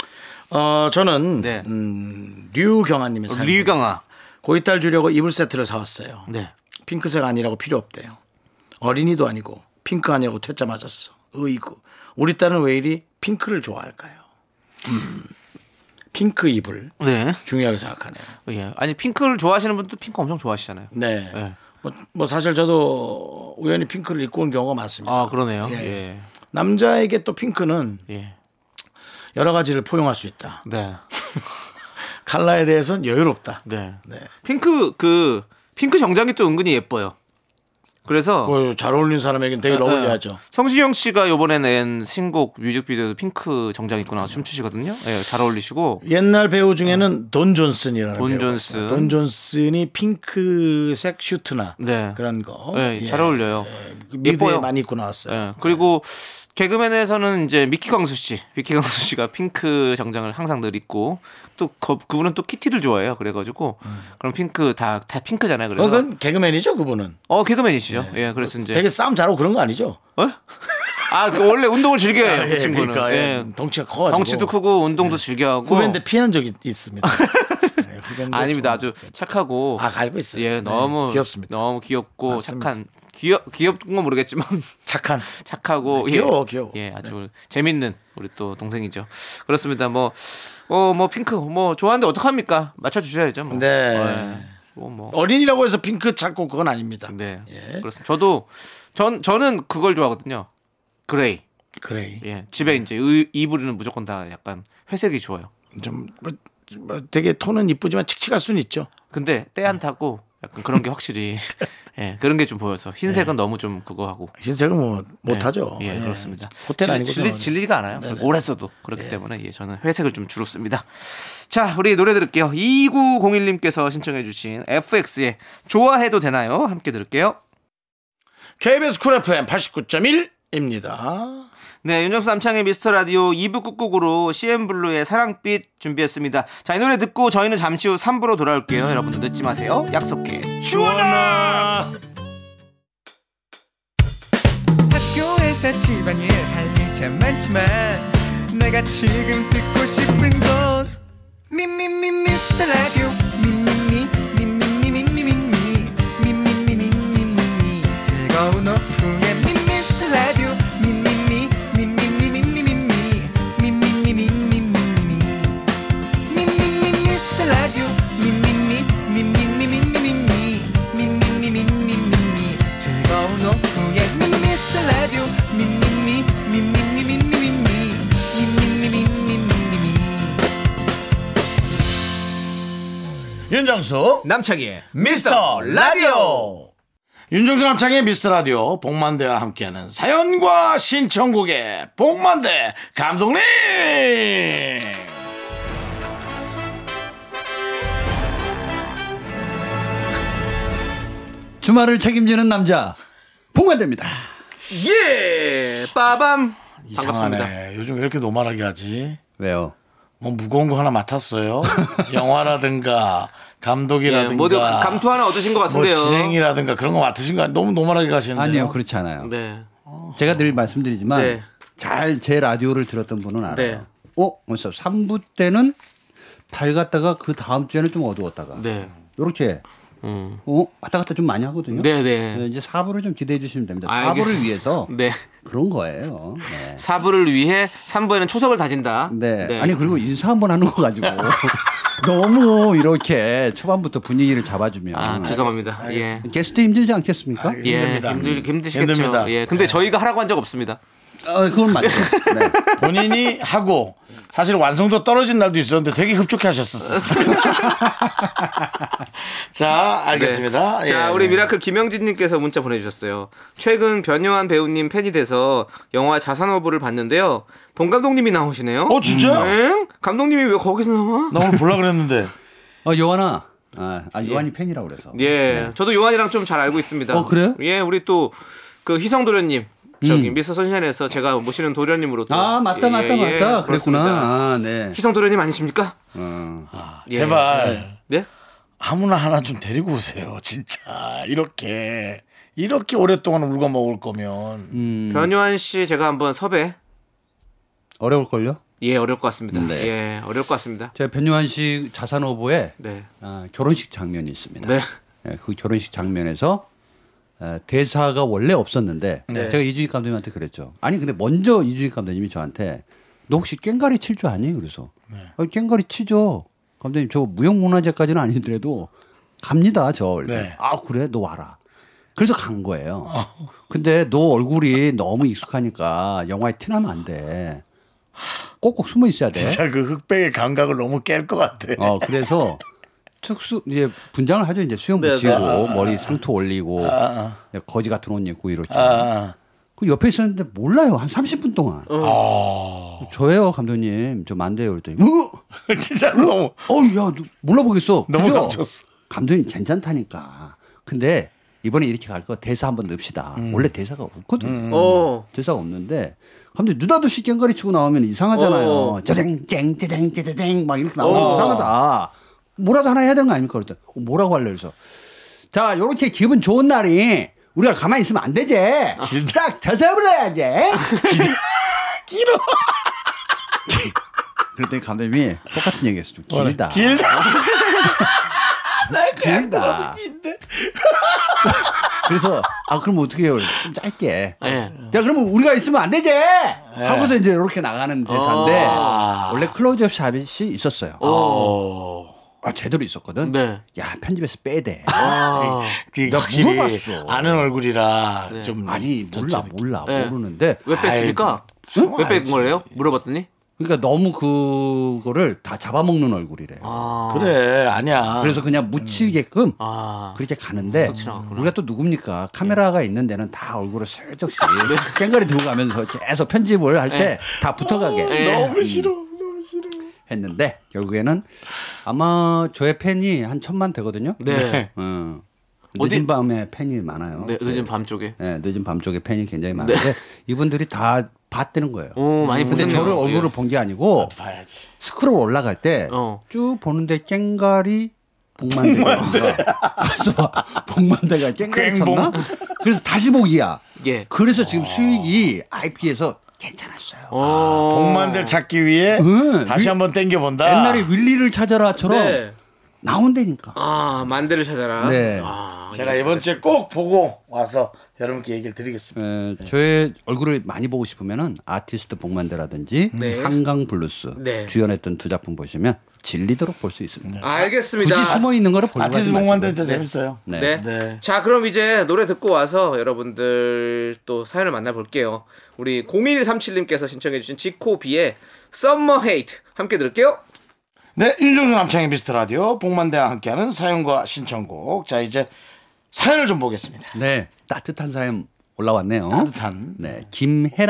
Speaker 1: 어, 저는
Speaker 2: 네. 어,
Speaker 1: 음, 류경아님의 사연.
Speaker 2: 류경아
Speaker 1: 고이딸 주려고 이불 세트를 사왔어요.
Speaker 2: 네
Speaker 1: 핑크색 아니라고 필요 없대요. 어린이도 아니고 핑크 아니라고 퇴짜 맞았어. 으이구. 우리 딸은 왜 이리 핑크를 좋아할까요? 음, 핑크 이불
Speaker 2: 네.
Speaker 1: 중요하게 생각하네요.
Speaker 2: 예. 아니 핑크를 좋아하시는 분도 핑크 엄청 좋아하시잖아요.
Speaker 1: 네.
Speaker 2: 네.
Speaker 1: 뭐, 뭐 사실 저도 우연히 핑크를 입고 온 경우가 많습니다.
Speaker 2: 아 그러네요.
Speaker 1: 예. 남자에게 또 핑크는
Speaker 2: 예. 예.
Speaker 1: 여러 가지를 포용할 수 있다.
Speaker 2: 네.
Speaker 1: 칼라에 대해서는 여유롭다.
Speaker 2: 네.
Speaker 1: 네.
Speaker 2: 핑크 그 핑크 정장이 또 은근히 예뻐요. 그래서
Speaker 1: 그잘 어울리는 사람에게는 되게 어울려야죠.
Speaker 2: 예. 성시경 씨가 요번에 낸 신곡 뮤직비디오도 핑크 정장 입고 나와서 춤추시거든요. 예, 잘 어울리시고
Speaker 1: 옛날 배우 중에는 돈 존슨이라는
Speaker 2: 돈
Speaker 1: 배우가
Speaker 2: 존슨.
Speaker 1: 있어요. 돈 존슨이 핑크색 슈트나
Speaker 2: 네.
Speaker 1: 그런 거.
Speaker 2: 예,
Speaker 1: 예. 그
Speaker 2: 잘 어울려요.
Speaker 1: 미드에
Speaker 2: 예뻐요.
Speaker 1: 많이 입고 나왔어요.
Speaker 2: 예. 그리고 개그맨에서는 이제 미키 광수 씨, 미키 광수 씨가 핑크 정장을 항상 늘 입고 또 거- 그분은 또 키티를 좋아해요. 그래가지고 그럼 핑크 다 다 핑크잖아요. 그래서
Speaker 1: 음. 어, 그건 개그맨이죠, 그분은.
Speaker 2: 어 개그맨이시죠. 예, 그래서 이제
Speaker 1: 되게 싸움 잘하고 그런 거 아니죠?
Speaker 2: 어? 아, 그 원래 운동을 즐겨요, 그
Speaker 1: 예,
Speaker 2: 친구는.
Speaker 1: 그러니까,
Speaker 2: 예.
Speaker 1: 예. 덩치가 커가지고. 네.
Speaker 2: 덩치도 크고 운동도 즐겨하고.
Speaker 1: 후배인데 피한 적이 있습니다. 예, 후배인데
Speaker 2: 아닙니다.
Speaker 1: 좀-
Speaker 2: 아주 착하고.
Speaker 1: 아, 알고 있어요.
Speaker 2: 예,
Speaker 1: 네,
Speaker 2: 너무
Speaker 1: 귀엽습니다.
Speaker 2: 너무 귀엽고
Speaker 1: 맞습니다.
Speaker 2: 착한. 귀엽 귀엽은 건 모르겠지만
Speaker 1: 착한.
Speaker 2: 착하고
Speaker 1: 네, 귀여워, 귀여워. 네.
Speaker 2: 예, 아주 재밌는 우리 또 동생이죠. 그렇습니다. 뭐 어, 뭐 핑크 뭐 좋아하는데 어떡합니까? 맞춰 주셔야죠, 뭐.
Speaker 1: 네.
Speaker 2: 예. 뭐, 뭐.
Speaker 1: 어린이라고 해서 핑크 찾고 그건 아닙니다.
Speaker 2: 네.
Speaker 1: 예.
Speaker 2: 그렇습니다. 저도 전 저는 그걸 좋아하거든요. 그레이.
Speaker 1: 그레이.
Speaker 2: 예. 집에
Speaker 1: 네.
Speaker 2: 이제 의- 이불은 무조건 다 약간 회색이 좋아요.
Speaker 1: 좀 뭐, 뭐 되게 톤은 이쁘지만 칙칙할 수는 있죠.
Speaker 2: 근데 때
Speaker 1: 네.
Speaker 2: 안 타고 약간 그런 게 확실히 예, 그런 게 좀 보여서
Speaker 1: 네.
Speaker 2: 흰색은 너무 좀 그거 하고
Speaker 1: 흰색은 뭐
Speaker 4: 네.
Speaker 1: 못하죠.
Speaker 2: 예, 그렇습니다.
Speaker 1: 호텔
Speaker 2: 질-
Speaker 1: 아니고
Speaker 2: 질리, 질리지가 않아요. 오래 써도 그렇기 때문에 예, 저는 회색을 좀 주로 씁니다. 자, 우리 노래 들을게요. 2901님께서 신청해주신 FX의 좋아해도 되나요? 함께 들을게요.
Speaker 1: KBS 쿨 FM 89.1입니다.
Speaker 2: 네, 윤정수 남창의 미스터 라디오 2부 끝곡으로 CM 블루의 사랑빛 준비했습니다. 자, 이 노래 듣고 저희는 잠시 후 3부로 돌아올게요. 여러분들 늦지 마세요. 약속해.
Speaker 1: 주원아
Speaker 5: 학교에서 집안일 할 일 참 많지만 내가 지금 듣고 싶은 건 미미미 미스터 라디오 미미미 미미미 미미미 미미미 미미미 즐거운 오후에 미스터 라디오 미미미 미미미 미미미 미미미 미미미 oh,
Speaker 1: 윤정수
Speaker 2: 남창희의
Speaker 1: 미스터 라디오 윤정수 남창의 미스터 라디오 복만대와 함께하는 사연과 신청곡의 복만대 감독님
Speaker 4: 주말을 책임지는 남자 봉관됩니다.
Speaker 2: 예 빠밤 반갑습니다.
Speaker 1: 이상하네 요즘 왜 이렇게 노말하게 하지
Speaker 4: 왜요?
Speaker 1: 뭐 무거운 거 하나 맡았어요 영화라든가
Speaker 2: 예,
Speaker 1: 감독이라든가
Speaker 2: 모두 감투 하나 얻으신 것
Speaker 1: 뭐
Speaker 2: 같은데요.
Speaker 1: 진행이라든가 그런 거 맡으신 거 아니- 너무 노멀하게 가시는데
Speaker 4: 아니요 그렇지 않아요.
Speaker 2: 네.
Speaker 4: 제가 늘 말씀드리지만
Speaker 2: 네.
Speaker 4: 잘 제 라디오를 들었던 분은 알아요.
Speaker 2: 네.
Speaker 4: 어, 그래서 3부 때는 밝았다가 그 다음 주에는 좀 어두웠다가
Speaker 2: 네.
Speaker 4: 이렇게
Speaker 2: 음.
Speaker 4: 어, 왔다 갔다 좀 많이 하거든요.
Speaker 2: 네, 네.
Speaker 4: 이제 4부를 좀 기대해 주시면 됩니다. 4부를
Speaker 2: 알겠습니다.
Speaker 4: 위해서
Speaker 2: 네.
Speaker 4: 그런 거예요. 네.
Speaker 2: 사부를 위해 3부에는 초석을 다진다.
Speaker 4: 네. 아니 그리고 인사 한번 하는 거 가지고 너무 이렇게 초반부터 분위기를 잡아주면
Speaker 2: 아, 죄송합니다. 예.
Speaker 4: 게스트 힘들지 않겠습니까? 네.
Speaker 2: 예,
Speaker 1: 힘듭니다.
Speaker 2: 힘들, 힘드시겠죠.
Speaker 1: 힘듭니다.
Speaker 2: 예. 근데 저희가 하라고 한 적 없습니다.
Speaker 4: 어, 그건 맞죠. 네.
Speaker 1: 본인이 하고 사실 완성도 떨어진 날도 있었는데 되게 흡족해 하셨었어요. 자, 알겠습니다.
Speaker 2: 네. 자,
Speaker 1: 예.
Speaker 2: 우리 미라클 김영진님께서 문자 보내주셨어요. 최근 변요한 배우님 팬이 돼서 영화 자산어부를 봤는데요. 본 감독님이 나오시네요.
Speaker 1: 어, 진짜?
Speaker 2: 응? 감독님이 왜 거기서 나와?
Speaker 1: 나 오늘 보려 그랬는데.
Speaker 4: 어, 요한아. 아, 아, 요한이 팬이라고 그래서.
Speaker 2: 예, 저도 요한이랑 좀 잘 알고 있습니다.
Speaker 4: 네. 어, 그래요? 음.
Speaker 2: 예, 우리 또 그 희성 도련님 저기 미스터 선샤인에서 제가 모시는 도련님으로 또
Speaker 4: 아, 맞다,
Speaker 2: 예, 예, 예,
Speaker 4: 맞다, 맞다. 그랬구나.
Speaker 2: 그렇습니다.
Speaker 4: 아, 네.
Speaker 2: 희성 도련님 아니십니까?
Speaker 4: 어.
Speaker 2: 예.
Speaker 1: 제발
Speaker 2: 네?
Speaker 1: 아무나 하나 좀 데리고 오세요. 진짜 이렇게 이렇게 오랫동안 울고 먹을 거면
Speaker 4: 음.
Speaker 2: 변요한 씨 제가 한번 섭외
Speaker 4: 어려울걸요?
Speaker 2: 예 어려울 것 같습니다.
Speaker 4: 네.
Speaker 2: 예 어려울 것 같습니다.
Speaker 4: 제가 변요한 씨 자산 오보에
Speaker 2: 네.
Speaker 4: 아, 결혼식 장면이 있습니다.
Speaker 2: 네.
Speaker 4: 예, 그 결혼식 장면에서 아, 대사가 원래 없었는데
Speaker 1: 네.
Speaker 4: 제가 이주익 감독님한테 그랬죠. 아니 근데 먼저 이주익 감독님이 저한테 너 혹시 꽹가리 칠 줄 아니? 그래서
Speaker 1: 네.
Speaker 4: 아, 꽹가리 치죠. 감독님 저 무형문화재까지는 아니더라도 갑니다 저.
Speaker 1: 네. 어.
Speaker 4: 아 그래 너 와라. 그래서 간 거예요. 근데 너 얼굴이 너무 익숙하니까 영화에 티나면 안 돼. 꼭꼭 숨어 있어야 돼.
Speaker 1: 진짜 그 흑백의 감각을 너무 깰 것 같아.
Speaker 4: 어 그래서 특수 이제 분장을 하죠 이제 수염
Speaker 2: 네,
Speaker 4: 붙이고
Speaker 2: 네.
Speaker 4: 머리 상투 올리고
Speaker 1: 아,
Speaker 4: 거지 같은 옷 입고 이렇죠.
Speaker 1: 아,
Speaker 4: 그 옆에 있었는데 몰라요 한 30분 동안.
Speaker 2: 어.
Speaker 4: 저예요 감독님 저 만대요 그랬더니 어?
Speaker 1: 아. 진짜 너무
Speaker 4: 어야 몰라 보겠어.
Speaker 1: 너무
Speaker 4: 그죠?
Speaker 1: 감췄어.
Speaker 4: 감독님 괜찮다니까. 근데 이번에 이렇게 갈 거 대사 한번 넣읍시다.
Speaker 1: 음.
Speaker 4: 원래 대사가 없거든.
Speaker 2: 어.
Speaker 4: 대사가 없는데 감독님 누나도씨 깽거리 치고 나오면 이상하잖아요.
Speaker 2: 어.
Speaker 4: 짜댕 쨍 짜댕 짜댕 막 이렇게 나오면
Speaker 2: 어.
Speaker 4: 이상하다. 뭐라도 하나 해야 되는 거 아닙니까? 그랬더니 어, 뭐라고 할래 그래서 자 요렇게 기분 좋은 날이 우리가 가만히 있으면 안 되지. 싹 자세를 해야지.
Speaker 1: 길어.
Speaker 4: 그랬더니 감독님이 똑같은 얘기했어. 좀 길다.
Speaker 1: 길다.
Speaker 4: 길다. 그래서 아 그럼 어떻게 해요? 좀 짧게.
Speaker 2: 예.
Speaker 4: 자 그러면 우리가 있으면 안 되지 하고서 이제 이렇게 나가는 대사인데 원래 클로즈업 샷이 있었어요. 아 제대로 있었거든.
Speaker 2: 네.
Speaker 4: 야 편집에서 빼대.
Speaker 2: 아.
Speaker 1: 그
Speaker 4: 나
Speaker 1: 확실히
Speaker 4: 물어봤어. 네.
Speaker 1: 아는 얼굴이라 좀
Speaker 4: 아니 몰라 몰라
Speaker 2: 음, 네.
Speaker 4: 모르는데
Speaker 2: 왜 뺐습니까?
Speaker 1: 네. 아이,
Speaker 2: 왜 뺀
Speaker 1: 알지.
Speaker 2: 거예요? 물어봤더니
Speaker 4: 그러니까 너무 그거를 다 잡아먹는 얼굴이래.
Speaker 2: 아.
Speaker 1: 그래 아니야.
Speaker 4: 그래서 그냥 묻히게끔
Speaker 2: 아.
Speaker 4: 그렇게 가는데
Speaker 2: 지나갔구나. 네.
Speaker 4: 우리가 또 누굽니까 카메라가 있는 데는 다 얼굴을
Speaker 2: 아,
Speaker 4: 슬쩍씩 깽가리 들고 가면서 계속 편집을 할 때 다 붙어가게
Speaker 2: 네. 너무
Speaker 4: 싫어 했는데 결국에는 아마 저의 팬이 한 천만 되거든요.
Speaker 2: 네.
Speaker 4: 어,
Speaker 2: 어디-
Speaker 4: 늦은 밤에 팬이 많아요.
Speaker 2: 네, 늦은 밤 쪽에.
Speaker 4: 네, 늦은 밤 쪽에 팬이 굉장히 많은데 이분들이 다 봤다는 거예요.
Speaker 2: 오, 많이
Speaker 4: 근데
Speaker 2: 보셨네요.
Speaker 4: 저를
Speaker 2: 예.
Speaker 4: 얼굴을 본 게 아니고
Speaker 1: 봐야지.
Speaker 4: 스크롤 올라갈 때 쭉
Speaker 2: 어.
Speaker 4: 보는데 깽가리 복만대 가서 복만대가 깽가리
Speaker 1: 꽹봉.
Speaker 4: 쳤나? 그래서 다시 보기야.
Speaker 2: 예.
Speaker 4: 그래서 지금 수익이 IP에서 괜찮았어요.
Speaker 2: 어.
Speaker 1: 아, 복만들 찾기 위해
Speaker 4: 응.
Speaker 1: 다시 한번 땡겨 본다.
Speaker 4: 옛날에 윌리를 찾아라처럼
Speaker 2: 네.
Speaker 4: 나온다니까.
Speaker 2: 아, 만대를 찾아라.
Speaker 4: 네.
Speaker 2: 아,
Speaker 1: 제가 이번 주에 꼭 보고 와서 여러분께 얘기를 드리겠습니다.
Speaker 4: 에, 저의 얼굴을 많이 보고 싶으면은 아티스트 복만대라든지
Speaker 2: 네.
Speaker 4: 한강 블루스
Speaker 2: 네.
Speaker 4: 주연했던 두 작품 보시면 질리도록 볼 수 있습니다.
Speaker 2: 알겠습니다.
Speaker 4: 굳이 숨어 있는 거를 보려고
Speaker 1: 네. 아티스트
Speaker 4: 하지 마시고.
Speaker 1: 복만들 진짜 재밌어요.
Speaker 4: 네.
Speaker 2: 네.
Speaker 1: 네.
Speaker 2: 자, 그럼 이제 노래 듣고 와서 여러분들 또 사연을 만나볼게요. 우리 0137님께서 신청해주신 지코비의 썸머 헤이트 함께 들을게요.
Speaker 1: 네, 윤종수 남창의 미스터 라디오 복만대와 함께하는 사연과 신청곡. 자, 이제 사연을 좀 보겠습니다.
Speaker 4: 네, 따뜻한 사연 올라왔네요.
Speaker 1: 따뜻한.
Speaker 4: 네,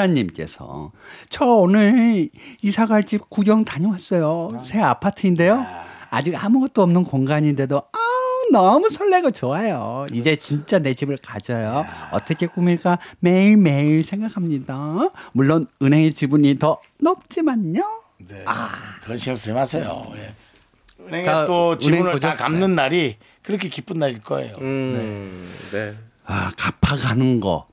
Speaker 4: 김혜란님께서 저 오늘 이사 갈 집 구경 다녀왔어요. 새 아파트인데요. 아직 아무것도 없는 공간인데도 아우 너무 설레고 좋아요. 이제 진짜 내 집을 가져요. 어떻게 꾸밀까 매일 매일 생각합니다. 물론 은행의 지분이 더 높지만요.
Speaker 1: 네. 그런 신경 쓰지 마세요. 예. 은행에
Speaker 4: 다 네.
Speaker 1: 또
Speaker 4: 은행
Speaker 1: 지분을
Speaker 4: 거죠?
Speaker 1: 다 갚는 날이 그렇게 기쁜 날일 거예요.
Speaker 2: 음, 네.
Speaker 4: 아 갚아가는 거.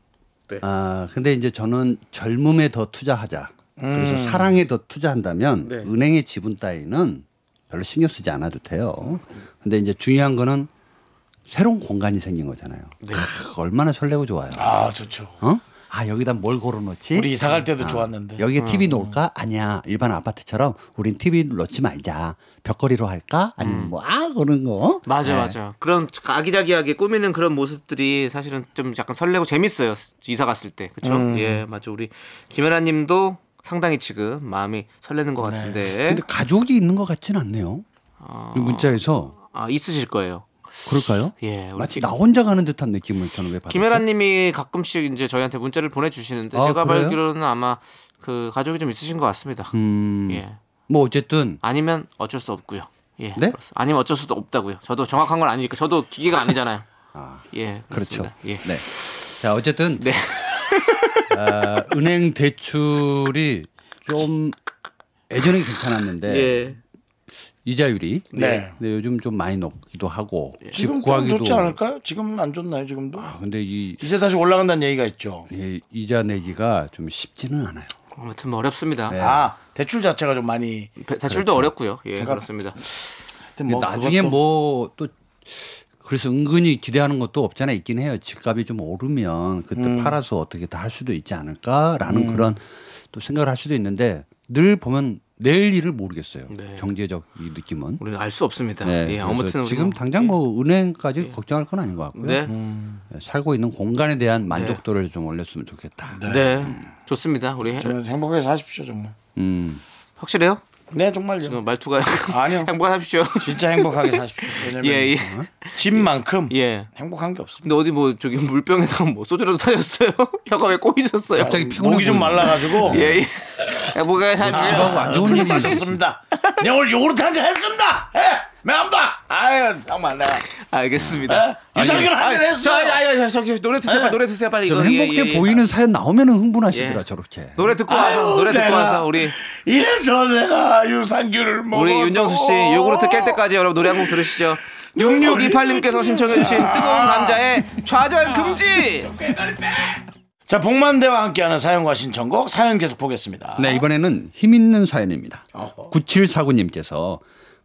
Speaker 2: 네.
Speaker 4: 아 근데 이제 저는 젊음에 더 투자하자. 그래서
Speaker 1: 음.
Speaker 4: 사랑에 더 투자한다면
Speaker 2: 네.
Speaker 4: 은행의 지분 따위는 별로 신경 쓰지 않아도 돼요. 근데 이제 중요한 거는 새로운 공간이 생긴 거잖아요. 크, 얼마나 아, 설레고 좋아요.
Speaker 1: 네. 아, 좋죠.
Speaker 4: 어? 아 여기다 뭘 걸어놓지?
Speaker 1: 우리 이사 갈 때도
Speaker 4: 아,
Speaker 1: 좋았는데. 음.
Speaker 4: 여기에 TV 놓을까? 아니야 일반 아파트처럼 우린 TV 놓지 말자. 벽걸이로 할까? 아니면
Speaker 1: 음.
Speaker 4: 뭐아 그런 거.
Speaker 2: 맞아
Speaker 4: 네.
Speaker 2: 맞아. 그런 아기자기하게 꾸미는 그런 모습들이 사실은 좀 약간 설레고 재밌어요. 이사 갔을 때. 그렇죠? 예, 맞아. 우리 김연아 님도 상당히 지금 마음이 설레는 것 같은데.
Speaker 4: 근데 가족이 있는 것 같진 않네요. 이 문자에서
Speaker 2: 아, 있으실 거예요.
Speaker 4: 그럴까요?
Speaker 2: 예, 우리
Speaker 4: 마치
Speaker 2: 김-
Speaker 4: 나 혼자 가는 듯한 느낌을 저는 왜 받았죠?
Speaker 2: 김혜란 님이 가끔씩 이제 저희한테 문자를 보내 주시는데
Speaker 4: 아,
Speaker 2: 제가
Speaker 4: 그래요?
Speaker 2: 알기로는 아마 그 가족이 좀 있으신 것 같습니다.
Speaker 4: 음,
Speaker 2: 예.
Speaker 4: 뭐 어쨌든
Speaker 2: 아니면 어쩔 수 없고요. 예.
Speaker 4: 네?
Speaker 2: 그렇습니다. 아니면 어쩔 수도 없다고요. 저도 정확한 건 아니니까 저도 기계가 아니잖아요. 예.
Speaker 4: 그렇죠.
Speaker 2: 그렇습니다. 예.
Speaker 4: 네. 자 어쨌든
Speaker 2: 네.
Speaker 4: 아, 은행 대출이 좀 예전에 괜찮았는데
Speaker 2: 예.
Speaker 4: 이자율이
Speaker 1: 네.
Speaker 4: 근데 요즘 좀 많이 높기도 하고
Speaker 2: 예.
Speaker 4: 집
Speaker 1: 지금 좀
Speaker 4: 구하기도
Speaker 1: 좋지 않을까요? 지금 안 좋나요? 지금도?
Speaker 4: 아, 근데 이
Speaker 1: 이제 다시 올라간다는 얘기가 있죠.
Speaker 4: 이- 이자 내기가 좀 쉽지는 않아요.
Speaker 2: 아무튼 뭐 어렵습니다.
Speaker 4: 네. 그렇죠.
Speaker 1: 아 대출 자체가 좀 많이.
Speaker 2: 배- 대출도 어렵고요. 예, 그렇습니다.
Speaker 1: 하여튼 뭐
Speaker 4: 나중에
Speaker 1: 그것도-
Speaker 4: 뭐 또 그래서 은근히 기대하는 것도 없잖아 있긴 해요. 집값이 좀 오르면 그때
Speaker 2: 음.
Speaker 4: 팔아서 어떻게 다 할 수도 있지 않을까라는 그런 또 생각을 할 수도 있는데 늘 보면 내일 일을 모르겠어요.
Speaker 2: 네.
Speaker 4: 경제적 이 느낌은.
Speaker 2: 우리는 알 수 없습니다.
Speaker 4: 네,
Speaker 2: 예,
Speaker 4: 그래서
Speaker 2: 아무튼 우리
Speaker 4: 지금 음.
Speaker 2: 뭐-
Speaker 4: 당장 뭐 은행까지 걱정할 건 아닌 것 같고요. 예,
Speaker 2: 네.
Speaker 4: 살고 있는 공간에 대한 만족도를 좀 올렸으면 좋겠다.
Speaker 2: 네. 좋습니다. 우리 해-
Speaker 1: 저는 행복하게 사십시오 정말.
Speaker 4: 음.
Speaker 2: 확실해요?
Speaker 1: 네 정말요.
Speaker 2: 지금 말투가
Speaker 1: 아니요.
Speaker 2: 행복하십시오.
Speaker 1: 진짜 행복하게 사십시오. 왜냐면
Speaker 2: 예, 예.
Speaker 1: 집만큼
Speaker 2: 예.
Speaker 1: 행복한 게 없습니다.
Speaker 2: 근데 어디 뭐 저기 물병에다가 뭐 소주라도 타셨어요? 혀가 왜 꼬이셨어요?
Speaker 4: 갑자기 아, 피곤해
Speaker 1: 목이 좀
Speaker 4: 보이네.
Speaker 1: 말라가지고
Speaker 2: 예, 예. 야, 뭐가 하
Speaker 4: 집하고 안 좋은 일이
Speaker 1: 마셨습니다. 내가 오늘 요구르트 한잔 했습니다. 예, 매한다. 아유 정말 내가
Speaker 4: 아.
Speaker 2: 알겠습니다.
Speaker 1: 유산균 한잔
Speaker 2: 저,
Speaker 1: 했어.
Speaker 2: 아니, 아니, 아니, 저기, 노래 드세요, 빨리, 노래 드세요, 빨리. 이거,
Speaker 4: 저는
Speaker 2: 예,
Speaker 4: 행복해
Speaker 2: 예, 예.
Speaker 4: 보이는 사연 나오면 흥분하시더라
Speaker 2: 예.
Speaker 4: 저렇게.
Speaker 2: 노래 듣고 와서, 노래 듣고 와서, 우리,
Speaker 1: 이래서 내가 유산균을 먹어.
Speaker 2: 우리 윤정수 씨, 요구르트 깰 때까지 여러분 노래 한 곡 들으시죠. 6628님께서 신청해주신 뜨거운 남자의
Speaker 4: 아.
Speaker 2: 좌절 금지!
Speaker 1: 자 복만대와 함께하는 사연과 신청곡 사연 계속 보겠습니다.
Speaker 4: 네, 이번에는 힘 있는 사연입니다. 9749님께서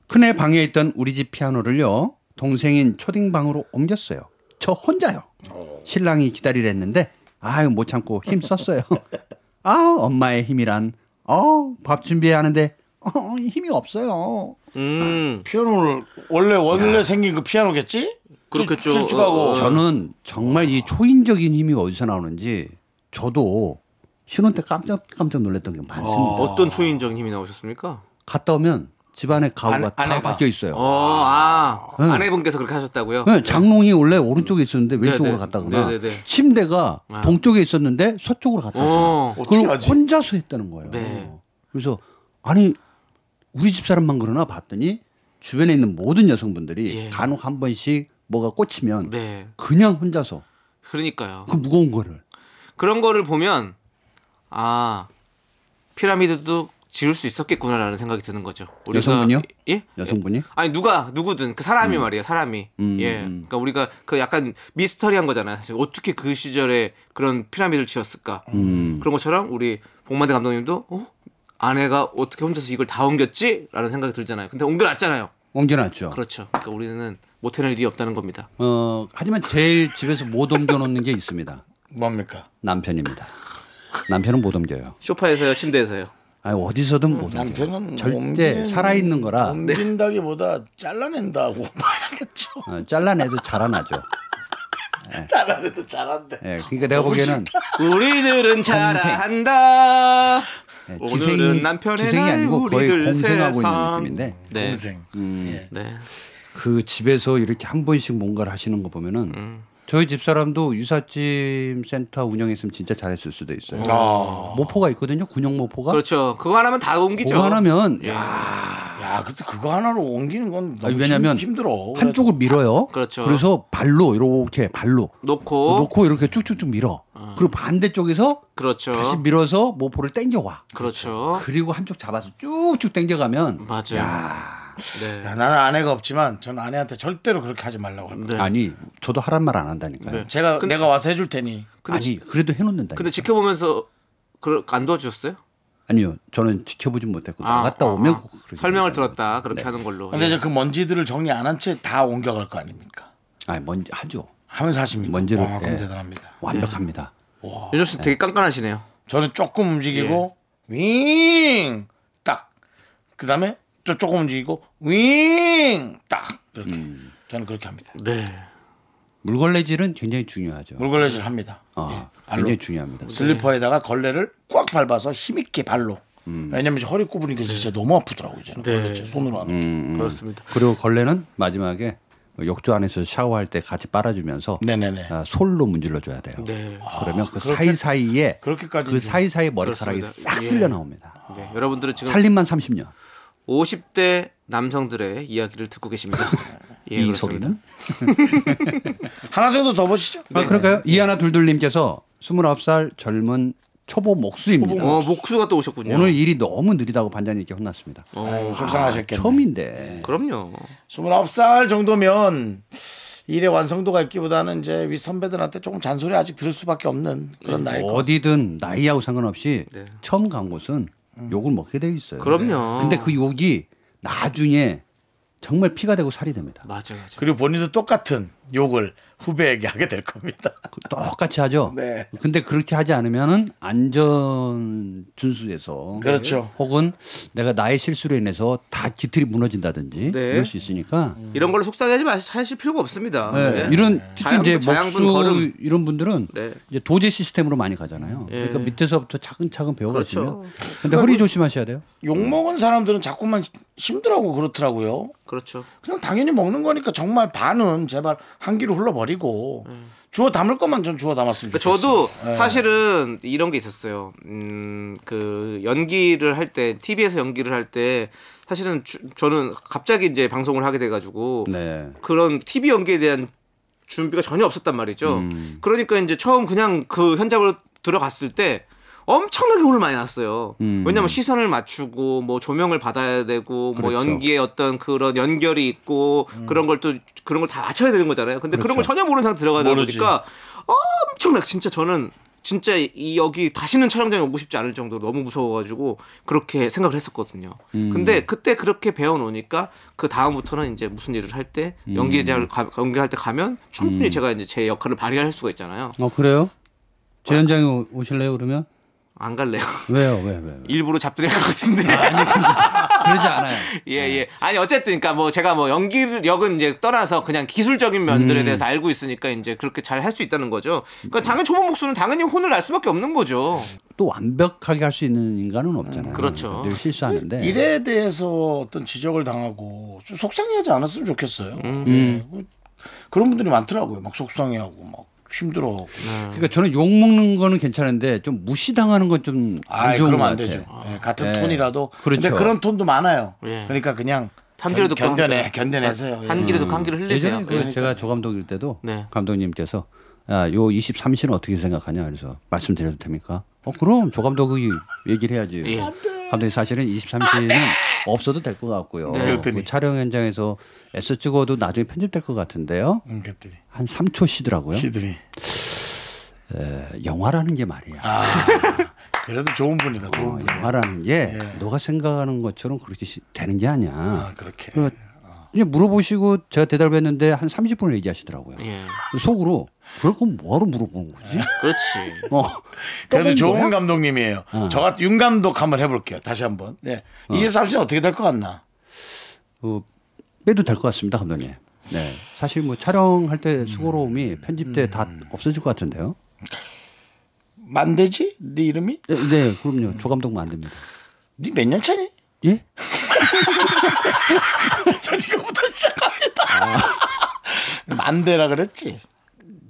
Speaker 4: 큰애 방에 있던 우리 집 피아노를요, 동생인 초딩방으로 옮겼어요. 저 혼자요. 신랑이 기다리랬는데, 아유, 못 참고 힘 썼어요. 아 엄마의 힘이란, 어, 밥 준비해야 하는데, 어, 힘이 없어요.
Speaker 2: 음,
Speaker 1: 피아노를 원래 원래 생긴 그 피아노겠지?
Speaker 2: 그렇겠죠.
Speaker 1: 쭉하고
Speaker 2: 어, 어.
Speaker 4: 저는 정말 이 초인적인 힘이 어디서 나오는지, 저도 신혼 때 깜짝깜짝 놀랐던 게 많습니다.
Speaker 2: 어떤 초인적인 힘이 나오셨습니까?
Speaker 4: 갔다 오면 집안에
Speaker 1: 안-
Speaker 4: 가구가 다
Speaker 1: 아내가.
Speaker 4: 바뀌어 있어요.
Speaker 2: 어, 아, 아내분께서 그렇게 하셨다고요?
Speaker 4: 네, 장롱이 원래 오른쪽에 있었는데 왼쪽으로
Speaker 2: 네네.
Speaker 4: 갔다거나
Speaker 2: 네네네.
Speaker 4: 침대가
Speaker 2: 아.
Speaker 4: 동쪽에 있었는데 서쪽으로 갔다거나
Speaker 2: 어.
Speaker 4: 그걸
Speaker 1: 어떻게 하지?
Speaker 4: 혼자서 했다는 거예요.
Speaker 2: 네.
Speaker 4: 그래서 아니 우리 집 사람만 그러나 봤더니 주변에 있는 모든 여성분들이
Speaker 2: 예.
Speaker 4: 간혹 한 번씩 뭐가 꽂히면
Speaker 2: 네.
Speaker 4: 그냥 혼자서
Speaker 2: 그러니까요.
Speaker 4: 그 무거운 거를
Speaker 2: 그런 거를 보면 아 피라미드도 지을 수 있었겠구나라는 생각이 드는 거죠. 우리가-
Speaker 4: 여성분이요?
Speaker 2: 예?
Speaker 4: 여성분이
Speaker 2: 아니 누가 누구든 그 사람이 말이에요. 사람이.
Speaker 4: 음,
Speaker 2: 예. 그러니까 우리가 그 약간 미스터리한 거잖아요. 사실 어떻게 그 시절에 그런 피라미드를 지었을까?
Speaker 4: 음.
Speaker 2: 그런 것처럼 우리 복만대 감독님도 어? 아내가 어떻게 혼자서 이걸 다 옮겼지라는 생각이 들잖아요. 근데 옮겨놨잖아요.
Speaker 4: 옮겨놨죠.
Speaker 2: 그렇죠.
Speaker 4: 그렇죠.
Speaker 2: 그러니까 우리는 못해낼 일이 없다는 겁니다.
Speaker 4: 어, 하지만 제일 집에서 못 옮겨놓는 게 있습니다.
Speaker 1: 뭡니까?
Speaker 4: 남편입니다. 남편은 못 옮겨요.
Speaker 2: 소파에서요, 침대에서요.
Speaker 4: 아니 어디서든 못 옮겨요.
Speaker 1: 남편은
Speaker 4: 절대
Speaker 1: 옮기는-
Speaker 4: 살아있는 거라
Speaker 1: 옮긴다기보다 네. 잘라낸다고 봐야겠죠.
Speaker 4: 어, 잘라내도 자라나죠.
Speaker 2: 네.
Speaker 1: 잘라내도 잘한대.
Speaker 4: 예, 그러니까 내가 보기에는
Speaker 2: 우리들은 잘한다.
Speaker 4: 예,
Speaker 2: 오늘은
Speaker 4: 기생이
Speaker 2: 남편의
Speaker 4: 기생이
Speaker 2: 날,
Speaker 4: 아니고 거의
Speaker 2: 우리들
Speaker 4: 공생하고
Speaker 2: 세상.
Speaker 4: 있는 느낌인데
Speaker 2: 네.
Speaker 1: 동생.
Speaker 4: 음.
Speaker 1: 예.
Speaker 2: 네.
Speaker 4: 그 집에서 이렇게 한 번씩 뭔가를 하시는 거 보면은
Speaker 2: 음.
Speaker 4: 저희 집 사람도 유사찜 센터 운영했으면 진짜 잘했을 수도 있어요. 모포가 있거든요, 군용 모포가.
Speaker 2: 아. 그렇죠. 그거 하나면 다 옮기죠.
Speaker 4: 그거 하나면
Speaker 2: 예.
Speaker 1: 야, 근데 그거 하나로 옮기는 건
Speaker 4: 아,
Speaker 1: 너무
Speaker 4: 왜냐면
Speaker 1: 힘- 힘들어.
Speaker 4: 한쪽을 밀어요.
Speaker 2: 그렇죠. 어?
Speaker 4: 래서 발로 이렇게 발로
Speaker 2: 놓고
Speaker 4: 어, 놓고 이렇게 쭉쭉쭉 밀어. 그리고 반대쪽에서
Speaker 2: 그렇죠.
Speaker 4: 다시 밀어서 모포를 당겨와.
Speaker 2: 그렇죠.
Speaker 4: 그리고 한쪽 잡아서 쭉쭉 당겨가면
Speaker 2: 맞아요. 네.
Speaker 1: 야, 나는 아내가 없지만 전 아내한테 절대로 그렇게 하지 말라고 할 거야.
Speaker 2: 네.
Speaker 4: 아니 저도 하란 말 안 한다니까요.
Speaker 2: 네.
Speaker 1: 제가
Speaker 2: 근데-
Speaker 1: 내가 와서 해줄 테니.
Speaker 2: 근데
Speaker 4: 아니 그래도 해놓는다.
Speaker 2: 근데 지켜보면서 그안 도와주셨어요?
Speaker 4: 아니요, 저는 지켜보진 못했고
Speaker 2: 아,
Speaker 4: 나갔다
Speaker 2: 아,
Speaker 4: 오면
Speaker 2: 아.
Speaker 4: 그렇게
Speaker 2: 설명을
Speaker 4: 된다는
Speaker 2: 들었다. 그렇게
Speaker 4: 네.
Speaker 2: 하는 걸로.
Speaker 1: 근데
Speaker 2: 예.
Speaker 1: 이제 그 먼지들을 정리 안 한 채 다 옮겨갈 거 아닙니까?
Speaker 4: 거예요. 아니 먼지 하죠.
Speaker 1: 하면서 하십니다.
Speaker 4: 먼지를,
Speaker 1: 아, 그럼
Speaker 4: 예.
Speaker 1: 대단합니다.
Speaker 2: 네.
Speaker 4: 완벽합니다.
Speaker 2: 윤정 씨 되게 깐깐하시네요.
Speaker 1: 저는 조금 움직이고
Speaker 2: 예.
Speaker 1: 윙 딱. 그다음에 또 조금 움직이고 윙 딱. 이렇게.
Speaker 2: 음.
Speaker 1: 저는 그렇게 합니다.
Speaker 2: 네.
Speaker 4: 물걸레질은 굉장히 중요하죠.
Speaker 1: 물걸레질 합니다.
Speaker 2: 네.
Speaker 4: 아,
Speaker 1: 예, 발로.
Speaker 4: 굉장히 중요합니다.
Speaker 1: 슬리퍼에다가 걸레를 꽉 밟아서 힘있게 발로. 왜냐면 이제 허리 구부니까 진짜 너무 아프더라고요. 저는
Speaker 2: 음. 네.
Speaker 1: 걸레질 손으로 하는. 게.
Speaker 2: 그렇습니다.
Speaker 4: 그리고 걸레는 마지막에 뭐 욕조 안에서 샤워할 때 같이 빨아주면서
Speaker 1: 네네네.
Speaker 4: 아, 솔로 문질러줘야 돼요.
Speaker 2: 네.
Speaker 4: 그러면 그 사이 사이에
Speaker 1: 그렇게까지
Speaker 4: 그
Speaker 1: 좀-
Speaker 4: 사이 사이 머리카락이
Speaker 2: 그렇습니다.
Speaker 4: 싹
Speaker 2: 예.
Speaker 4: 쓸려 나옵니다.
Speaker 2: 네. 여러분들은 지금
Speaker 4: 살림만 30년.
Speaker 2: 50대 남성들의 이야기를 듣고 계십니다. 예,
Speaker 4: 이
Speaker 2: 그렇습니다.
Speaker 4: 소리는.
Speaker 1: 하나 정도 더 보시죠.
Speaker 4: 아, 그러니까요. 이하나 둘둘님께서 29살 젊은 초보 목수입니다.
Speaker 2: 어, 목수가 또 오셨군요.
Speaker 4: 오늘 일이 너무 느리다고 반장님께 혼났습니다.
Speaker 1: 어.
Speaker 2: 어,
Speaker 1: 아유, 속상하셨겠네.
Speaker 4: 처음인데.
Speaker 2: 그럼요.
Speaker 1: 29살 정도면 일의 완성도가 있기보다는 이제 윗 선배들한테 조금 잔소리 아직 들을 수밖에 없는
Speaker 2: 음,
Speaker 1: 그런 나이.
Speaker 4: 어디든 나이하고 상관없이
Speaker 2: 네.
Speaker 4: 처음 간 곳은 욕을 먹게 되어 있어요.
Speaker 2: 그럼요.
Speaker 4: 근데 그 욕이 나중에 정말 피가 되고 살이 됩니다.
Speaker 2: 맞아 맞아.
Speaker 1: 그리고 본인도 똑같은 욕을 후배에게 하게 될 겁니다.
Speaker 2: 음.
Speaker 4: 그- 똑같이 하죠.
Speaker 1: 네.
Speaker 4: 근데 그렇게 하지 않으면은 안전 준수에서
Speaker 1: 그렇죠.
Speaker 4: 혹은 내가 나의 실수로 인해서 다 기틀이 무너진다든지
Speaker 2: 네.
Speaker 4: 이럴 수 있으니까
Speaker 2: 이런 걸로 속상해하지 마실 필요가 없습니다.
Speaker 4: 네,
Speaker 2: 네.
Speaker 4: 이런 특히
Speaker 2: 자양분,
Speaker 4: 이제
Speaker 2: 자양분
Speaker 4: 목수
Speaker 2: 걸음.
Speaker 4: 이런 분들은
Speaker 2: 네.
Speaker 4: 이제 도제 시스템으로 많이 가잖아요. 그러니까 밑에서부터 차근차근 배워가시면.
Speaker 2: 그렇죠.
Speaker 4: 근데 허리 조심하셔야 돼요.
Speaker 1: 욕 먹은 사람들은 자꾸만 힘들하고 그렇더라고요.
Speaker 2: 그렇죠.
Speaker 1: 그냥 당연히 먹는 거니까 정말 반은 제발 한 끼로 흘러버리고 주워 담을 것만 전 주워 담았으면
Speaker 2: 그러니까
Speaker 1: 좋겠어요.
Speaker 2: 음. 저도
Speaker 4: 네.
Speaker 2: 사실은 이런 게 있었어요. 음, 그 연기를 할 때, TV에서 연기를 할 때 사실은 주- 저는 갑자기 이제 방송을 하게 돼가지고
Speaker 4: 네.
Speaker 2: 그런 TV 연기에 대한 준비가 전혀 없었단 말이죠.
Speaker 4: 음.
Speaker 2: 그러니까 이제 처음 그냥 그 현장으로 들어갔을 때 엄청나게 혼을 많이 났어요.
Speaker 4: 음.
Speaker 2: 왜냐면 시선을 맞추고 뭐 조명을 받아야 되고 뭐
Speaker 4: 그렇죠. 음.
Speaker 2: 연기에 어떤 그런 연결이 있고 그런 걸 또 그런 걸 다 맞춰야 되는 거잖아요. 근데 그런걸
Speaker 4: 그렇죠.
Speaker 2: 전혀 모르는 상태 들어가다 보니까 엄청나게 진짜 저는 진짜 이 여기 다시는 촬영장에 오고 싶지 않을 정도로 너무 무서워가지고 그렇게 생각을 했었거든요. 근데 그때 그렇게 배워놓으니까 그 다음부터는 이제 무슨 일을 할 때 연기자를 가- 연기할 때 가면 충분히 제가 이제 제 역할을 발휘할 수가 있잖아요.
Speaker 4: 어 그래요? 제 현장에 오- 오실래요 그러면?
Speaker 2: 안 갈래요.
Speaker 4: 왜요? 왜 왜? 왜?
Speaker 2: 일부러 잡들이 할것 같은데.
Speaker 4: 그러지 않아요.
Speaker 2: 예, 예. 아니, 어쨌든, 그니까 뭐 제가 뭐 연기력은 이제 떠나서 그냥 기술적인 면들에 대해서 알고 있으니까 이제 그렇게 잘 할 수 있다는 거죠. 그니까 당연히 초보 목수는 당연히 혼을 날 수밖에 없는 거죠.
Speaker 4: 또 완벽하게 할 수 있는 인간은 없잖아요.
Speaker 2: 그렇죠.
Speaker 4: 그러니까 늘 실수하는데.
Speaker 1: 일에 대해서 어떤 지적을 당하고 좀 속상해하지 않았으면 좋겠어요.
Speaker 4: 음.
Speaker 1: 예. 그런 분들이 많더라고요. 막 속상해하고 막 힘들어하고.
Speaker 4: 그러니까 저는 욕 먹는 거는 괜찮은데 좀 무시당하는 건 좀 안
Speaker 1: 아이,
Speaker 4: 좋은 것
Speaker 1: 그러면 안
Speaker 4: 같아요.
Speaker 1: 되죠. 예, 같은
Speaker 4: 예.
Speaker 1: 톤이라도. 근데
Speaker 4: 그렇죠.
Speaker 1: 그런 톤도 많아요.
Speaker 2: 예.
Speaker 1: 그러니까 그냥
Speaker 2: 한 길에도
Speaker 1: 견,
Speaker 2: 또
Speaker 1: 견뎌내,
Speaker 2: 한-
Speaker 1: 견뎌내세요. 예.
Speaker 2: 한 길에도 한 길을 흘리세요.
Speaker 4: 예전에 그 제가 조 감독일 때도
Speaker 2: 네.
Speaker 4: 감독님께서 야요 23시는 어떻게 생각하냐 그래서 말씀드려도 됩니까? 어 그럼 조 감독이 얘기를 해야지.
Speaker 2: 예. 안
Speaker 4: 감독이 사실은 23시는 없어도 될 것
Speaker 2: 네.
Speaker 4: 같고요.
Speaker 1: 그랬더니.
Speaker 4: 그 촬영 현장에서 애써 찍어도 나중에 편집될 것 같은데요.
Speaker 1: 음, 그랬더니
Speaker 4: 한 3초 쉬더라고요. 네,
Speaker 1: 시들이.
Speaker 4: 영화라는 게 말이야.
Speaker 1: 그래도 좋은 분이다. 좋은
Speaker 4: 어, 예.
Speaker 1: 분.
Speaker 4: 영화라는 게 너가 생각하는 것처럼 그렇게 시- 되는 게 아니야.
Speaker 1: 아, 그렇게.
Speaker 4: 그래서 이제 물어보시고 제가 대답을 했는데 한 30분을 얘기하시더라고요.
Speaker 2: 예.
Speaker 4: 속으로 그럴 거면 뭐하러 물어보는 거지?
Speaker 2: 그렇지.
Speaker 4: 어.
Speaker 1: 그래도
Speaker 4: 또본 어.
Speaker 1: 좋은
Speaker 4: 거야?
Speaker 1: 감독님이에요. 저 같은 윤 감독 한번 해볼게요. 다시 한번. 네. 23시는 어떻게 될 것 같나?
Speaker 4: 어, 빼도 될 것 같습니다, 감독님. 네. 사실 뭐 촬영할 때 수고로움이
Speaker 1: 음.
Speaker 4: 편집 때 다 없어질 것 같은데요.
Speaker 1: 만대지? 네 이름이?
Speaker 4: 네, 네, 그럼요. 조 감독 만듭니다.
Speaker 1: 네 몇 년 차니?
Speaker 4: 예?
Speaker 1: 저 지금부터 시작합니다. 아, 만대라 그랬지.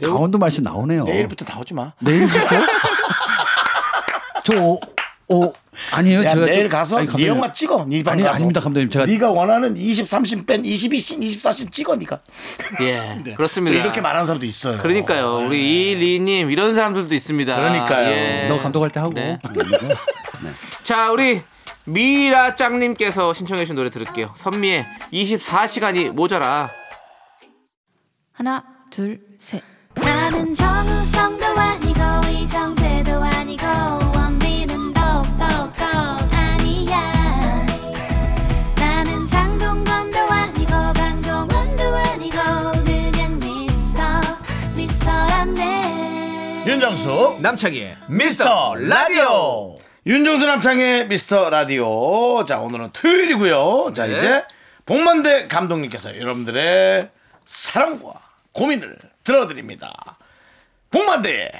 Speaker 4: 강원도 맛이 나오네요.
Speaker 1: 내일부터 나오지 마.
Speaker 4: 내일부터? 저 어, 어, 아니에요.
Speaker 1: 야,
Speaker 4: 제가
Speaker 1: 내일
Speaker 4: 좀-
Speaker 1: 가서
Speaker 4: 아니,
Speaker 1: 네
Speaker 4: 감독님.
Speaker 1: 영화 찍어. 네 방
Speaker 4: 아니,
Speaker 1: 가서.
Speaker 4: 아닙니다, 감독님. 제가
Speaker 1: 네가 원하는 23신 뺀 22신, 24신 찍어 네가.
Speaker 2: 예.
Speaker 1: 네.
Speaker 2: 그렇습니다.
Speaker 1: 이렇게 말하는 사람도 있어요. 네.
Speaker 2: 그러니까요. 우리 이리님 이런 사람들도 있습니다.
Speaker 1: 그러니까요.
Speaker 2: 예.
Speaker 4: 너 감독할 때 하고.
Speaker 2: 네.
Speaker 4: 네.
Speaker 2: 자, 우리 미라 짱님께서 신청해주신 노래 들을게요. 선미의 24시간이 모자라.
Speaker 6: 하나, 둘, 셋.
Speaker 3: 나는 정우성도 아니고 이정재도 아니고 원빈은 더욱더 아니야 나는 장동건도 아니고 강동원도 아니고 그냥 미스터 미스터란데
Speaker 7: 윤정수 남창희의 미스터 라디오
Speaker 1: 윤정수 남창의 미스터 라디오. 자, 오늘은 토요일이고요. 자,
Speaker 7: 네.
Speaker 1: 이제 복만대 감독님께서 여러분들의 사랑과 고민을 들어드립니다. 복만대!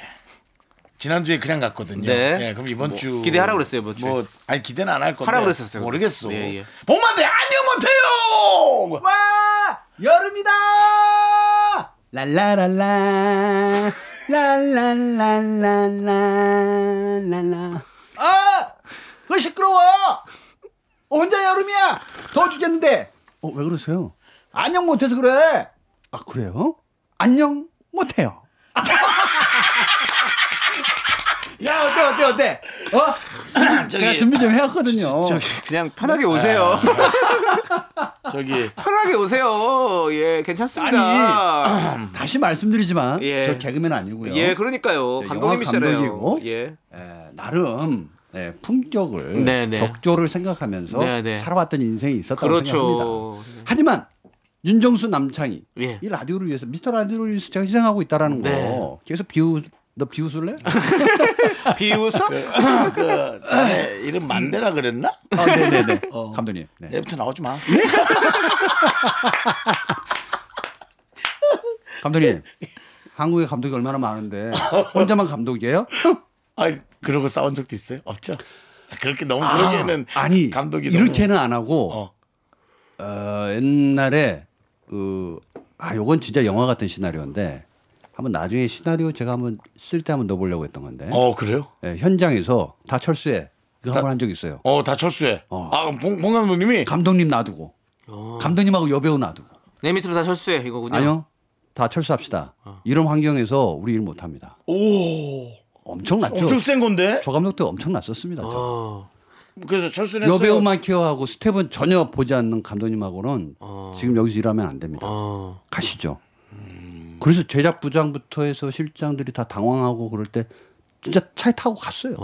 Speaker 1: 지난주에 그냥 갔거든요.
Speaker 2: 네.
Speaker 1: 예, 그럼 이번
Speaker 2: 뭐,
Speaker 1: 주.
Speaker 2: 기대하라고 그랬어요, 이번 주에.
Speaker 1: 뭐, 아니, 기대는 안 할 건데.
Speaker 2: 하라고 그랬었어요, 근데.
Speaker 1: 모르겠어.
Speaker 2: 예, 예.
Speaker 1: 복만대 안녕 못해요!
Speaker 4: 여름이다! 랄라랄라. 랄랄랄랄랄랄라. 아! 왜 시끄러워? 어, 혼자 여름이야! 더워 죽겠는데! 어, 왜 그러세요? 안녕 못해서 그래! 아, 그래요? 안녕 못해요. 야, 어때, 어때, 어때? 어? 제가 준비 좀 해왔거든요.
Speaker 2: 저기 그냥 편하게 오세요.
Speaker 1: 저기,
Speaker 2: 아. 편하게 오세요. 예, 괜찮습니다.
Speaker 4: 아니 다시 말씀드리지만
Speaker 2: 예.
Speaker 4: 저 개그맨 아니고요.
Speaker 2: 예, 그러니까요.
Speaker 4: 네,
Speaker 2: 감독님이시잖아요.
Speaker 4: 영화 감독이고.
Speaker 2: 예.
Speaker 4: 에, 나름 예, 품격을
Speaker 2: 네, 네.
Speaker 4: 적조를 생각하면서
Speaker 2: 네, 네.
Speaker 4: 살아왔던 인생이 있었다고
Speaker 2: 그렇죠.
Speaker 4: 생각합니다. 하지만 윤정수 남창이
Speaker 2: 예.
Speaker 4: 이 라디오를 위해서 미스터 라디오를 위해서 제가 희생하고 있다라는
Speaker 2: 네.
Speaker 4: 거 계속 비우 너 비웃을래?
Speaker 2: 비웃어?
Speaker 1: 그, 자네 이름 만대라 그랬나?
Speaker 4: 아, 네네네. 감독님. 네.
Speaker 1: 내부터 나오지 마.
Speaker 4: 감독님. 한국에 감독이 얼마나 많은데 혼자만 감독이에요?
Speaker 1: 아, 그러고 싸운 적도 있어요? 없죠? 그렇게 너무 그러기에는
Speaker 4: 아, 니
Speaker 1: 감독이
Speaker 4: 이렇게는 안 하고
Speaker 1: 어.
Speaker 4: 어, 옛날에 그, 아 요건 진짜 영화 같은 시나리오인데 한번 나중에 시나리오 제가 한번 쓸 때 한번 넣어보려고 했던 건데
Speaker 1: 너무 어 그래요?
Speaker 4: 예, 현장에서 다 철수해 그거 한번 한 적 있어요.
Speaker 1: 어 다 철수해.
Speaker 4: 어.
Speaker 1: 아 봉, 봉 감독님이 어.
Speaker 4: 감독님 놔두고 감독님하고 여배우 놔두고
Speaker 2: 내 밑으로 다 철수해 이거군요.
Speaker 4: 아니요 다 철수합시다. 이런 환경에서 우리 일 못합니다.
Speaker 1: 어. 오
Speaker 4: 엄청났죠.
Speaker 1: 엄청 아. 센 건데.
Speaker 4: 조 감독도 엄청났었습니다. 저.
Speaker 1: 그래서 철수는 했어요.
Speaker 4: 여배우만 케어하고 스텝은 전혀 보지 않는 감독님하고는
Speaker 2: 어.
Speaker 4: 지금 여기서 일하면 안 됩니다. 가시죠. 그래서 제작 부장부터 해서 실장들이 다 당황하고 그럴 때 진짜 차에 타고 갔어요.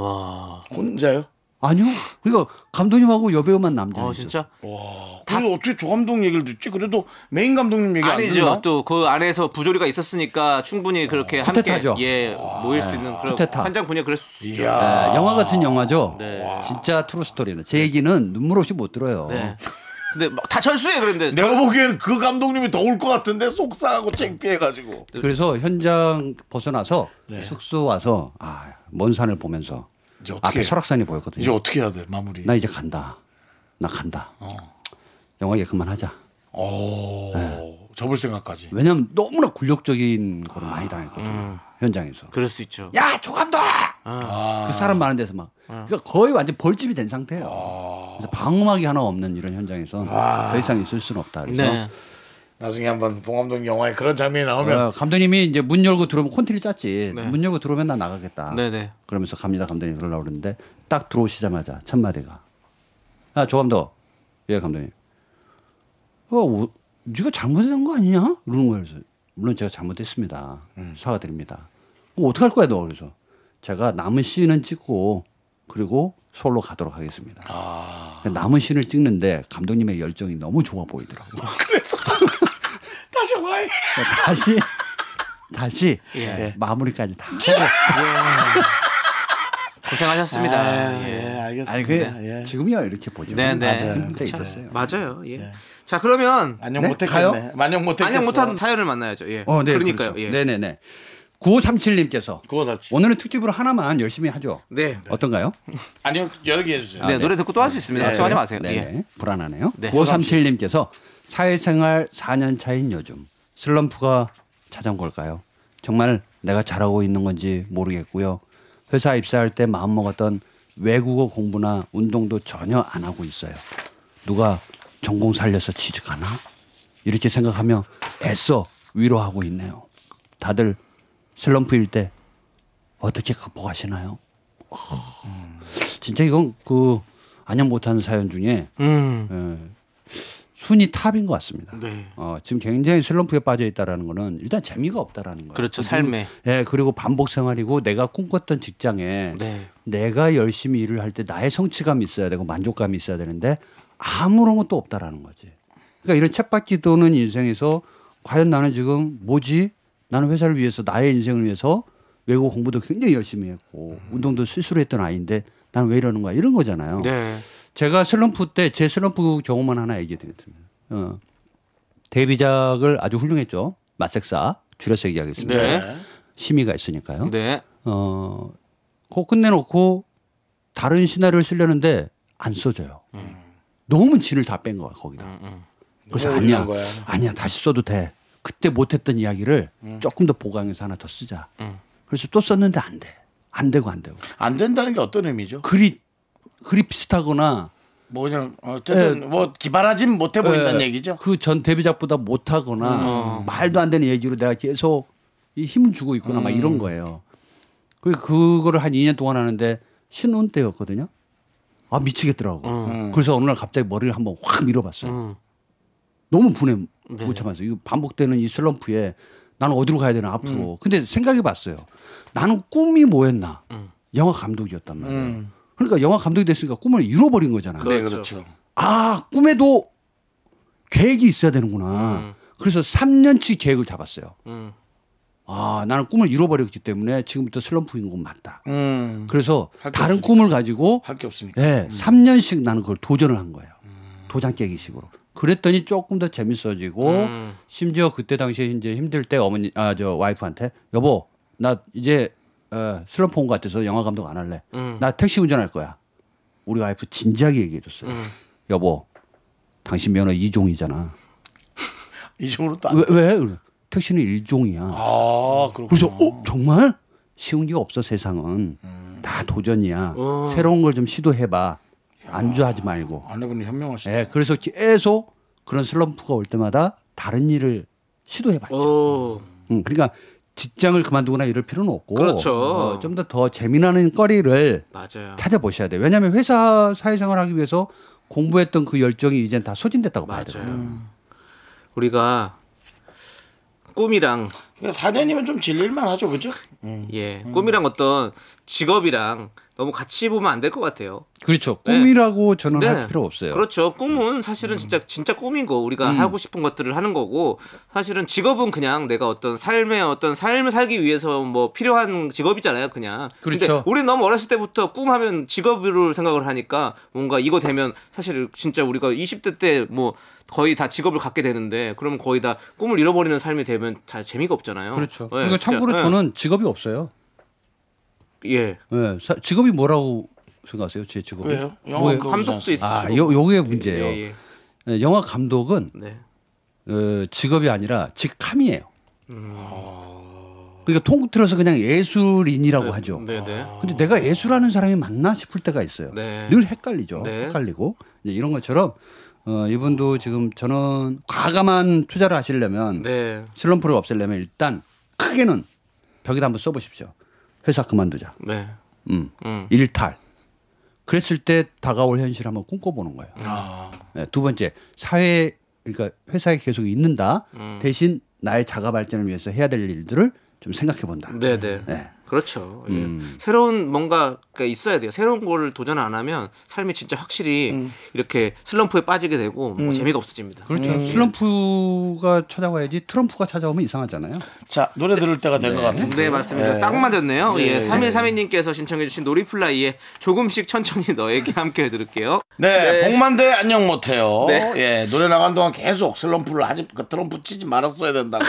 Speaker 1: 혼자요?
Speaker 4: 아니요. 그러니까 감독님하고 여배우만 남자.
Speaker 2: 어, 진짜?
Speaker 1: 그래도 어떻게 조 감독 얘기를 듣지? 그래도 메인 감독님 얘기 안
Speaker 2: 아니죠.
Speaker 1: 듣나?
Speaker 2: 또 그 안에서 부조리가 있었으니까 충분히 그렇게 함께
Speaker 4: 쿠데타죠.
Speaker 2: 예, 모일 수 있는 그런
Speaker 4: 쿠데타.
Speaker 2: 한장 분야 그럴 수 있죠.
Speaker 1: 이야.
Speaker 4: 아, 영화 같은 영화죠.
Speaker 2: 네.
Speaker 4: 진짜 트루 스토리는 제 얘기는 눈물 없이 못 들어요.
Speaker 2: 네. 근데 막 다 철수해 그랬는데
Speaker 1: 내가 보기엔 그 감독님이 더 올 것 같은데 속상하고 창피해가지고.
Speaker 4: 그래서 현장 벗어나서
Speaker 2: 네.
Speaker 4: 숙소 와서 아, 먼 산을 보면서
Speaker 1: 이제 어떻게
Speaker 4: 앞에
Speaker 1: 해요?
Speaker 4: 설악산이 보였거든요.
Speaker 1: 이제 어떻게 해야 돼 마무리?
Speaker 4: 예. 나 이제 간다. 나 간다. 영화 얘기 그만하자.
Speaker 1: 오 어, 접을 생각까지.
Speaker 4: 왜냐면 너무나 굴욕적인 거를 많이 당했거든요. 현장에서.
Speaker 2: 음. 그럴 아. 수 있죠.
Speaker 4: 야, 조감독! 그 사람 많은 데서 막.
Speaker 2: 아.
Speaker 4: 그러니까 거의 완전 벌집이 된 상태예요. 그래서 방음막이 하나 없는 이런 현장에서 더 이상 있을 수는 없다. 그래서
Speaker 2: 아. 네.
Speaker 1: 나중에 한번 봉 감독 영화에 그런 장면이 나오면
Speaker 4: 어, 감독님이 이제 문 열고 들어오면 콘티를 짰지.
Speaker 2: 네.
Speaker 4: 문 열고 들어오면 나 나가겠다.
Speaker 2: 네네.
Speaker 4: 그러면서 갑니다 감독님 그러려고 그러는데 딱 들어오시자마자 첫마디가 아 조감독 예 감독님 어 오- 네가 잘못한 거 아니냐 이러는 거예요 그래서 물론 제가 잘못했습니다
Speaker 2: 음.
Speaker 4: 사과드립니다 어, 어떡할 거야 너 그래서 제가 남은 씬은 찍고 그리고 서울로 가도록 하겠습니다
Speaker 2: 아.
Speaker 4: 남은 씬을 찍는데 감독님의 열정이 너무 좋아 보이더라고요
Speaker 1: 다시 와요.
Speaker 4: 다시 다시
Speaker 2: 예.
Speaker 4: 마무리까지 다
Speaker 2: 고생하셨습니다. 예.
Speaker 1: 예 알겠습니다.
Speaker 4: 아니 그 지금이야 이렇게 보죠
Speaker 2: 네, 네.
Speaker 4: 맞아요. 힘들 때 있었어요
Speaker 2: 맞아요. 예. 자, 그러면
Speaker 1: 안녕
Speaker 4: 네?
Speaker 1: 못했겠네.
Speaker 4: 가요?
Speaker 1: 안녕 예. 못했겠어.
Speaker 2: 안녕 못한 사연을 만나야죠. 예.
Speaker 4: 어, 네,
Speaker 2: 그러니까요.
Speaker 4: 그렇죠.
Speaker 2: 예.
Speaker 4: 네네네. 9537님께서
Speaker 1: 그거 다 치-
Speaker 4: 오늘은 특집으로 하나만 열심히 하죠.
Speaker 2: 네.
Speaker 4: 어떤가요?
Speaker 1: 아니요 여러 개 해주세요.
Speaker 2: 네, 노래 듣고 또 할 수 있습니다. 걱정하지 마세요.
Speaker 4: 네,
Speaker 2: 예.
Speaker 4: 네. 불안하네요.
Speaker 2: 네.
Speaker 4: 9537님께서 사회생활 4년 차인 요즘 슬럼프가 찾아온 걸까요? 정말 내가 잘하고 있는 건지 모르겠고요. 회사 입사할 때 마음 먹었던 외국어 공부나 운동도 전혀 안 하고 있어요. 누가 전공 살려서 취직하나? 이렇게 생각하며 애써 위로하고 있네요. 다들 슬럼프일 때 어떻게 극복하시나요? 진짜 이건 그 안녕 못하는 사연 중에
Speaker 2: 음.
Speaker 4: 예, 순위 탑인 것 같습니다.
Speaker 2: 네.
Speaker 4: 어, 지금 굉장히 슬럼프에 빠져 있다라는 거는 일단 재미가 없다라는 거예요.
Speaker 2: 그렇죠. 삶에.
Speaker 4: 예, 그리고 반복 생활이고 내가 꿈꿨던 직장에
Speaker 2: 네.
Speaker 4: 내가 열심히 일을 할 때 나의 성취감이 있어야 되고 만족감이 있어야 되는데 아무런 것도 없다라는 거지. 그러니까 이런 챗바퀴 도는 인생에서 과연 나는 지금 뭐지? 나는 회사를 위해서 나의 인생을 위해서 외국 공부도 굉장히 열심히 했고 운동도 스스로 했던 아이인데 난 왜 이러는 거야 이런 거잖아요.
Speaker 2: 네.
Speaker 4: 제가 슬럼프 때 제 슬럼프 경험만 하나 얘기해 드리겠습니다. 어, 데뷔작을 아주 훌륭했죠. 맛색사 줄여서 얘기하겠습니다.
Speaker 2: 네.
Speaker 4: 심의가 있으니까요.
Speaker 2: 네.
Speaker 4: 어, 그거 끝내놓고 다른 시나리오를 쓰려는데 안 써져요. 너무 진을 다 뺀 거야 거기다. 그래서
Speaker 1: 그래서 올리는
Speaker 4: 아니야,
Speaker 1: 거야.
Speaker 4: 아니야 다시 써도 돼. 그때 못했던 이야기를
Speaker 1: 음.
Speaker 4: 조금 더 보강해서 하나 더 쓰자. 그래서 또 썼는데 안 돼, 안 되고 안 되고.
Speaker 1: 안 된다는 게 어떤 의미죠?
Speaker 4: 글이 글이 비슷하거나
Speaker 1: 뭐 그냥 어쨌든 뭐 기발하진 못해 보인다는 얘기죠. 음.
Speaker 4: 그 전 데뷔작보다 못하거나 말도 안 되는 얘기로 내가 계속 이 힘을 주고 있구나 막
Speaker 1: 음.
Speaker 4: 이런 거예요. 그 그거를 한 2년 동안 하는데 신혼 때였거든요. 아 미치겠더라고.
Speaker 1: 음.
Speaker 4: 그래서 어느 날 갑자기 머리를 한번 확 밀어봤어요. 너무 분해 못 참았어요. 이거 반복되는 이 슬럼프에 나는 어디로 가야 되나
Speaker 1: 음.
Speaker 4: 앞으로. 근데 생각해봤어요. 나는 꿈이 뭐였나? 영화 감독이었단 말이에요.
Speaker 1: 음.
Speaker 4: 그러니까 영화 감독이 됐으니까 꿈을 잃어버린 거잖아요.
Speaker 1: 네, 그렇죠.
Speaker 4: 아 꿈에도 계획이 있어야 되는구나.
Speaker 1: 음.
Speaker 4: 그래서 3년치 계획을 잡았어요.
Speaker 2: 음.
Speaker 4: 아 나는 꿈을 잃어버렸기 때문에 지금부터 슬럼프인 건 맞다.
Speaker 1: 음.
Speaker 4: 그래서
Speaker 1: 할게
Speaker 4: 다른
Speaker 1: 없으니까.
Speaker 4: 꿈을 가지고
Speaker 1: 할 게 없으니까. 음.
Speaker 4: 예, 3년씩 나는 그걸 도전을 한 거예요. 도장 깨기식으로. 그랬더니 조금 더 재밌어지고
Speaker 1: 음.
Speaker 4: 심지어 그때 당시에 이제 힘들 때 어머니 아 저 와이프한테 여보 나 이제 어, 슬럼프 온 것 같아서 영화 감독 안 할래.
Speaker 1: 음.
Speaker 4: 나 택시 운전할 거야. 우리 와이프 진지하게 얘기해 줬어요.
Speaker 1: 음.
Speaker 4: 여보 당신 면허 2종이잖아.
Speaker 1: 이중으로 또 안.
Speaker 4: 왜 왜? 그래. 택시는 1종이야.
Speaker 1: 아, 그렇구나.
Speaker 4: 그래서 어 정말 쉬운 게 없어 세상은 다 도전이야 새로운 걸 좀 시도해봐 안주하지 말고
Speaker 1: 아내분이 현명하시네.
Speaker 4: 예 그래서 계속 그런 슬럼프가 올 때마다 다른 일을
Speaker 2: 어.
Speaker 4: 시도해봤죠
Speaker 2: 오.
Speaker 4: 음, 그러니까 직장을 그만두거나 이럴 필요는 없고 어,
Speaker 2: 그렇죠.
Speaker 4: 좀 더 더 재미나는 거리를
Speaker 2: 맞아요.
Speaker 4: 찾아보셔야 돼요 왜냐하면 회사 사회생활 하기 위해서 공부했던 그 열정이 이젠 다 소진됐다고 봐야 돼요
Speaker 2: 맞아요. 우리가 꿈이랑
Speaker 1: 그러니까 4년이면 좀 질릴만 하죠, 그죠?
Speaker 2: 예
Speaker 4: 음.
Speaker 2: 꿈이랑 어떤 직업이랑 너무 같이 보면 안 될 것 같아요.
Speaker 4: 그렇죠
Speaker 2: 네.
Speaker 4: 꿈이라고 저는 음, 할 필요 없어요 음.
Speaker 2: 그렇죠. 꿈은 사실은 진짜 진짜 꿈인 거 우리가 하고 싶은 것들을 하는 거고 사실은 직업은 그냥 내가 어떤 삶의 어떤 삶을 살기 위해서 뭐 필요한 직업이잖아요, 그냥.
Speaker 4: 그렇죠.
Speaker 2: 우리 너무 어렸을 때부터 꿈하면 직업으로 생각을 하니까 뭔가 이거 되면 사실 진짜 우리가 20대 때 뭐 거의 다 직업을 갖게 되는데 그러면 거의 다 꿈을 잃어버리는 삶이 되면 다 재미가 없잖아요.
Speaker 4: 그렇죠
Speaker 2: 예,
Speaker 4: 그러니까 참고로
Speaker 2: 진짜, 예.
Speaker 4: 저는 직업이 없어요
Speaker 2: 예.
Speaker 4: 예, 사- 직업이 뭐라고 생각하세요? 제 직업이?
Speaker 1: 왜요? 영화
Speaker 4: 뭐예요?
Speaker 1: 감독.
Speaker 2: 감독도 있어.
Speaker 4: 아, 요 요게 문제예요.
Speaker 2: 예,
Speaker 4: 예, 영화 감독은
Speaker 2: 네.
Speaker 4: 어, 직업이 아니라 직함이에요. 그러니까 통틀어서 그냥 예술인이라고 하죠.
Speaker 2: 네, 네.
Speaker 4: 근데 내가 예술하는 사람이 맞나 싶을 때가 있어요.
Speaker 2: 네.
Speaker 4: 늘 헷갈리죠.
Speaker 2: 네.
Speaker 4: 헷갈리고 이제 이런 것처럼 어, 이분도 지금 저는 과감한 투자를 하시려면
Speaker 2: 네.
Speaker 4: 슬럼프를 없애려면 일단 크게는 벽에다 한번 써보십시오. 회사 그만두자.
Speaker 2: 네.
Speaker 4: 음.
Speaker 2: 음.
Speaker 4: 일탈. 그랬을 때 다가올 현실 한번 꿈꿔보는 거예요. 네, 두 번째 사회 그러니까 회사에 계속 있는다 대신 나의 자가 발전을 위해서 해야 될 일들을 좀 생각해 본다.
Speaker 2: 네네.
Speaker 4: 네.
Speaker 2: 그렇죠. 예.
Speaker 1: 음.
Speaker 2: 새로운 뭔가가 있어야 돼요. 새로운 거를 도전 안 하면 삶이 진짜 확실히 이렇게 슬럼프에 빠지게 되고 뭐 재미가
Speaker 1: 음.
Speaker 2: 없어집니다.
Speaker 4: 그렇죠. 슬럼프가 찾아와야지 트럼프가 찾아오면 이상하잖아요.
Speaker 1: 자, 노래 들을 때가 된 것 같은데.
Speaker 2: 네 맞습니다. 딱 맞았네요. 예, 3132님께서 신청해주신 놀이플라이의 조금씩 천천히 너에게 함께 해드릴게요.
Speaker 1: 네, 복만 대 안녕 못해요.
Speaker 2: 네.
Speaker 1: 예, 노래 나간 동안 계속 슬럼프를 하지, 그 트럼프 치지 말았어야 된다고.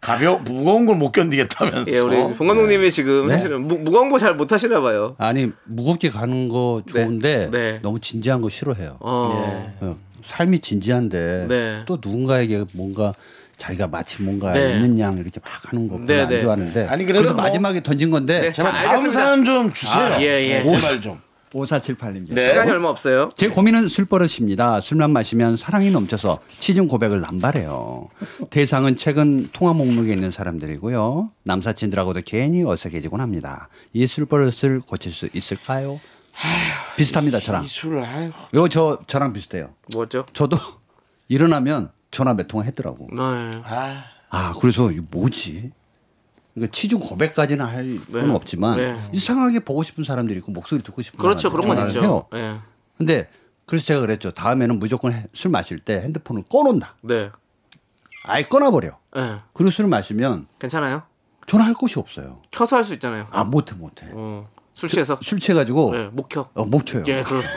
Speaker 1: 가벼, 무거운 걸 못 견디겠다면서.
Speaker 2: 예, 우리 봉감독님이
Speaker 1: 네.
Speaker 2: 지금 사실은 무, 무거운 거 잘 못하시나 봐요.
Speaker 4: 아니 무겁게 가는 거 좋은데
Speaker 2: 네.
Speaker 4: 너무 진지한 거
Speaker 1: 예.
Speaker 4: 싫어해요.
Speaker 1: 네,
Speaker 2: 어,
Speaker 4: 어, 삶이 진지한데
Speaker 2: 네.
Speaker 4: 또 누군가에게 뭔가 자기가 마치 뭔가
Speaker 2: 네.
Speaker 4: 있는 양 이렇게 막 하는 거 별로
Speaker 2: 네, 네.
Speaker 4: 안 좋아하는데
Speaker 1: 아니, 그래도
Speaker 4: 그래서
Speaker 1: 뭐-
Speaker 4: 마지막에 던진 건데
Speaker 2: 네.
Speaker 1: 제발
Speaker 2: 자,
Speaker 1: 다음
Speaker 2: 알겠습니다.
Speaker 1: 사연 좀 주세요. 네,
Speaker 2: 아, 예, 예.
Speaker 1: 제발 좀.
Speaker 4: 5478님.
Speaker 1: 네.
Speaker 2: 시간이 얼마 없어요.
Speaker 4: 제 고민은 술버릇입니다. 술만 마시면 사랑이 넘쳐서 시중 고백을 남발해요. 대상은 최근 통화 목록에 있는 사람들이고요. 남사친들하고도 괜히 어색해지곤 합니다. 이 술버릇을 고칠 수 있을까요? 비슷합니다, 저랑.
Speaker 1: 이 술을 아유.
Speaker 4: 요거 저 저랑 비슷해요.
Speaker 2: 뭐죠?
Speaker 4: 저도 일어나면 전화 몇 통화 했더라고.
Speaker 2: 네.
Speaker 1: 아,
Speaker 4: 아, 그래서 이거 뭐지? 그러니까 치중 고백까지는 할 수는
Speaker 2: 네.
Speaker 4: 없지만
Speaker 2: 네.
Speaker 4: 이상하게 보고 싶은 사람들이 있고 목소리 듣고 싶은
Speaker 2: 그렇죠.
Speaker 4: 사람들이
Speaker 2: 그런 건
Speaker 4: 전화를
Speaker 2: 있죠.
Speaker 4: 해요.
Speaker 2: 예.
Speaker 4: 근데 그래서 제가 그랬죠. 다음에는 무조건 해- 술 마실 때 핸드폰을 꺼놓는다.
Speaker 2: 네.
Speaker 4: 아예 꺼놔버려.
Speaker 2: 예.
Speaker 4: 그리고 술을 마시면
Speaker 2: 괜찮아요?
Speaker 4: 저는 할 곳이 없어요.
Speaker 2: 켜서 할 수 있잖아요.
Speaker 4: 아 못해 못해.
Speaker 2: 어, 술 취해서
Speaker 4: 술 취해가지고
Speaker 2: 예, 못 켜.
Speaker 4: 그 어, 못 쳐요.
Speaker 2: 예, 그렇소.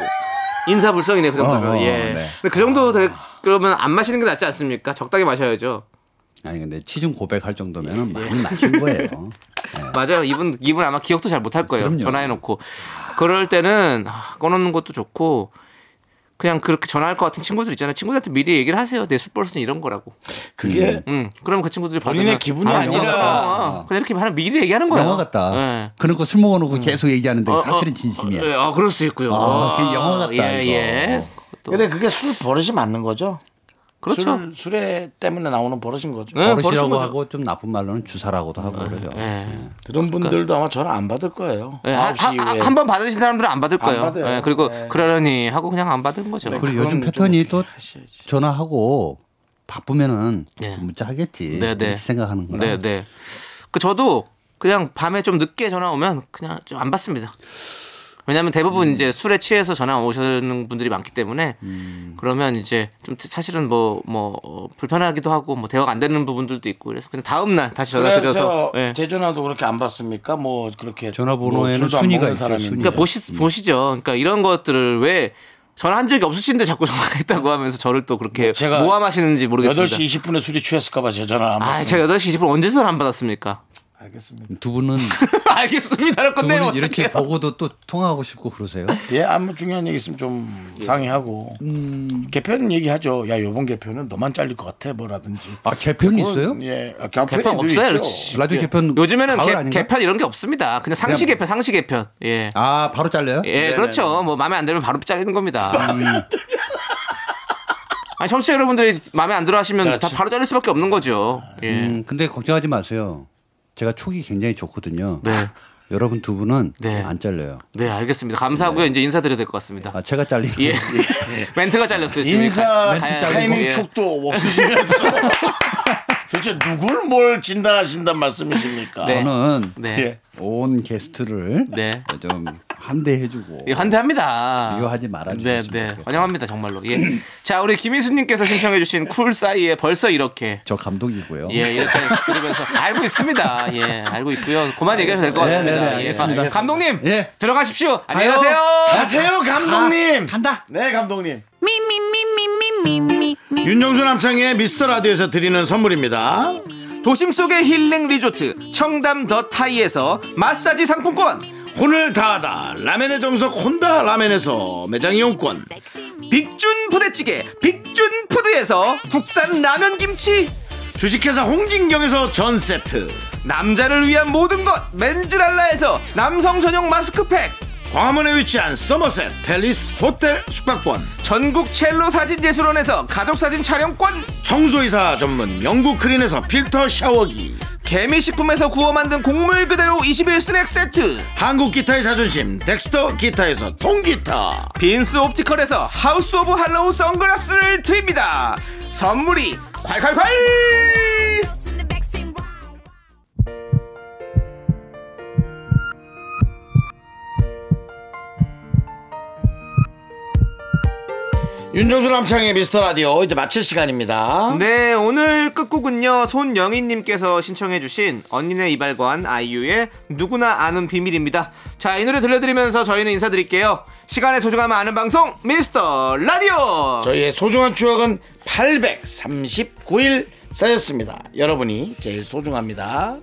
Speaker 2: 인사 불성이네 그 정도면.
Speaker 4: 어, 어,
Speaker 2: 예.
Speaker 4: 네.
Speaker 2: 근데 그 정도 되, 그러면 안 마시는 게 낫지 않습니까? 적당히 마셔야죠.
Speaker 4: 아니 근데 치중 고백할 정도면
Speaker 2: 예.
Speaker 4: 은 많이 마신 거예요.
Speaker 2: 맞아요. 이분 이분 아마 기억도 잘 못 할 거예요.
Speaker 4: 네. 그럼요.
Speaker 2: 전화해놓고 그럴 때는 아, 꺼놓는 것도 좋고 그냥 그렇게 전화할 것 같은 친구들 있잖아요. 친구들한테 미리 얘기를 하세요. 내 술버릇은 이런 거라고.
Speaker 1: 그게
Speaker 2: 음. 그럼 그 친구들이
Speaker 1: 본인의
Speaker 2: 받으면
Speaker 1: 기분이
Speaker 2: 아,
Speaker 1: 아니라.
Speaker 2: 아니라 어, 그냥 이렇게 하는 미리 얘기하는 거예요.
Speaker 4: 영화 같다.
Speaker 2: 예.
Speaker 4: 그러니까 술 먹어놓고 계속 얘기하는데
Speaker 2: 어, 어,
Speaker 4: 사실은 진심이야.
Speaker 2: 어, 예, 아, 그럴 수 있고요.
Speaker 4: 아, 그게 영화 같다,
Speaker 2: 예,
Speaker 4: 이거. 어.
Speaker 2: 예. 그것도.
Speaker 1: 근데 그게 술 버릇이 맞는 거죠.
Speaker 2: 그렇죠.
Speaker 1: 술, 술에 때문에 나오는 버릇인 거죠.
Speaker 2: 네, 버릇인
Speaker 4: 버릇이라고
Speaker 2: 거죠.
Speaker 4: 하고 좀 나쁜 말로는 주사라고도 하고 그래요.
Speaker 2: 예.
Speaker 1: 그런 분들도 아마 전화 안 받을 거예요.
Speaker 2: 예, 한-
Speaker 1: 9시
Speaker 2: 한-
Speaker 1: 이후에.
Speaker 2: 한 번 받으신 사람들은 안 받을
Speaker 1: 안
Speaker 2: 거예요.
Speaker 1: 받아요.
Speaker 2: 예, 그리고
Speaker 1: 네. 그러니까.
Speaker 2: 그러려니 하고 네, 그냥 안 받은 거죠.
Speaker 4: 그리고 요즘
Speaker 1: 그건 좀
Speaker 4: 패턴이 또
Speaker 1: 하셔야지.
Speaker 4: 전화하고 바쁘면은
Speaker 2: 예.
Speaker 4: 문자 하겠지.
Speaker 2: 네, 네.
Speaker 4: 이렇게 생각하는 거라.
Speaker 2: 네, 네. 그 저도 그냥 밤에 좀 늦게 전화 오면 그냥 좀 안 받습니다. 왜냐하면 대부분
Speaker 1: 음.
Speaker 2: 이제 술에 취해서 전화 오시는 분들이 많기 때문에
Speaker 1: 음.
Speaker 2: 그러면 이제 좀 사실은 뭐 뭐 불편하기도 하고 뭐 대화가 안 되는 부분들도 있고 그래서 그냥 다음 날 다시 전화
Speaker 1: 그래서
Speaker 2: 드려서 예.
Speaker 1: 제 전화도 그렇게 안 받습니까? 뭐 그렇게 뭐
Speaker 4: 전화번호에는 순위가 있죠, 순위.
Speaker 2: 그러니까 보시, 보시죠. 그러니까 이런 것들을 왜 전화한 적이 없으신데 자꾸 전화했다고 하면서 저를 또 그렇게
Speaker 1: 뭐 제가
Speaker 2: 모함하시는지 모르겠습니다.
Speaker 1: 8시 20분에 술이 취했을까봐 제 전화 안
Speaker 2: 아,
Speaker 1: 받습니다.
Speaker 2: 제가 8시 20분 언제 전화 안 받았습니까?
Speaker 1: 알겠습니다.
Speaker 4: 두 분은
Speaker 2: 알겠습니다.
Speaker 4: 두
Speaker 2: 근데
Speaker 4: 분은 이렇게
Speaker 2: 뭐
Speaker 4: 보고도 또 통화하고 싶고 그러세요?
Speaker 1: 예, 아무 중요한 얘기 있으면 좀
Speaker 2: 예.
Speaker 1: 상의하고
Speaker 4: 음.
Speaker 1: 개편 얘기하죠. 야, 요번 개편은 너만 잘릴 것 같아, 뭐라든지.
Speaker 4: 아 개편이 있어요?
Speaker 1: 예, 아,
Speaker 2: 개편
Speaker 1: 개편
Speaker 2: 없어요.
Speaker 1: 없어요.
Speaker 2: 그렇지.
Speaker 4: 라디오 개편
Speaker 2: 요즘에는
Speaker 4: 가을
Speaker 2: 개,
Speaker 4: 아닌가?
Speaker 2: 개편 이런 게 없습니다. 그냥 상시
Speaker 4: 그냥-
Speaker 2: 개편, 상시 개편. 예.
Speaker 4: 아 바로 잘려요?
Speaker 2: 예, 그렇죠. 뭐 마음에 안 들면 바로 잘리는 겁니다. 음. 아니, 청취자 여러분들이 마음에 안 들어 하시면 다 바로 잘릴 수밖에 없는 거죠. 예.
Speaker 4: 음, 근데 걱정하지 마세요. 제가 촉이 굉장히 좋거든요.
Speaker 2: 네.
Speaker 4: 여러분 두 분은
Speaker 2: 네.
Speaker 4: 안 잘려요.
Speaker 2: 네, 알겠습니다. 감사하고요. 이제 인사드려야 될 것 같습니다.
Speaker 4: 아, 제가 잘리는
Speaker 2: 예. 멘트가 잘렸어요. 지금.
Speaker 1: 인사
Speaker 2: 가- 가야-
Speaker 1: 타이밍
Speaker 2: 예.
Speaker 1: 촉도 없으시면서 도대체 누굴 뭘 진단하신단 말씀이십니까?
Speaker 2: 네.
Speaker 4: 저는
Speaker 2: 네.
Speaker 1: 예.
Speaker 4: 온 게스트를
Speaker 2: 네.
Speaker 4: 좀 한대해주고
Speaker 2: 예, 환대합니다.
Speaker 4: 미워하지 말아주셨으면
Speaker 2: 네, 네.
Speaker 4: 좋겠다.
Speaker 2: 환영합니다. 정말로. 예. 자, 우리 김희수님께서 신청해주신 쿨 사이에 벌써 이렇게
Speaker 4: 저 감독이고요.
Speaker 2: 예, 이렇게 들으면서 알고 있습니다. 예, 알고 있고요. 그만 얘기해도 될 것
Speaker 4: 네,
Speaker 2: 같습니다.
Speaker 4: 네, 네,
Speaker 2: 예,
Speaker 4: 알겠습니다.
Speaker 2: 가- 감독님,
Speaker 4: 예.
Speaker 2: 들어가십시오. 안녕히 가세요.
Speaker 1: 가세요, 감독님.
Speaker 4: 간다.
Speaker 1: 네, 감독님.
Speaker 6: 미미미미미미미
Speaker 1: 윤정수 남창의 미스터 라디오에서 드리는 선물입니다.
Speaker 2: 도심 속의 힐링 리조트 청담 더 타이에서 마사지 상품권,
Speaker 1: 혼을 다하다 라멘의 정석 혼다 라멘에서 매장 이용권
Speaker 2: 빅준 부대찌개 빅준 푸드에서 국산 라면 김치,
Speaker 1: 주식회사 홍진경에서 전세트
Speaker 2: 남자를 위한 모든 것 맨즈랄라에서 남성 전용 마스크팩,
Speaker 1: 광화문에 위치한 서머셋 팰리스 호텔 숙박권
Speaker 2: 전국 첼로 사진 예술원에서 가족 사진 촬영권.
Speaker 1: 청소이사 전문 영국 크린에서 필터 샤워기
Speaker 2: 개미식품에서 구워 만든 곡물 그대로 21 스낵 세트
Speaker 1: 한국 기타의 자존심 덱스터 기타에서 통기타
Speaker 2: 빈스 옵티컬에서 하우스 오브 할로우 선글라스를 드립니다. 선물이 콸콸콸!
Speaker 1: 윤정수 남창의 미스터 라디오 이제 마칠 시간입니다
Speaker 2: 네, 오늘 끝곡은요. 손영희님께서 신청해주신 언니네 이발관 아이유의 누구나 아는 비밀입니다. 자, 이 노래 들려드리면서 저희는 인사드릴게요. 시간의 소중함을 아는 방송 미스터 라디오.
Speaker 1: 저희의 소중한 추억은 839일 쌓였습니다 여러분이 제일 소중합니다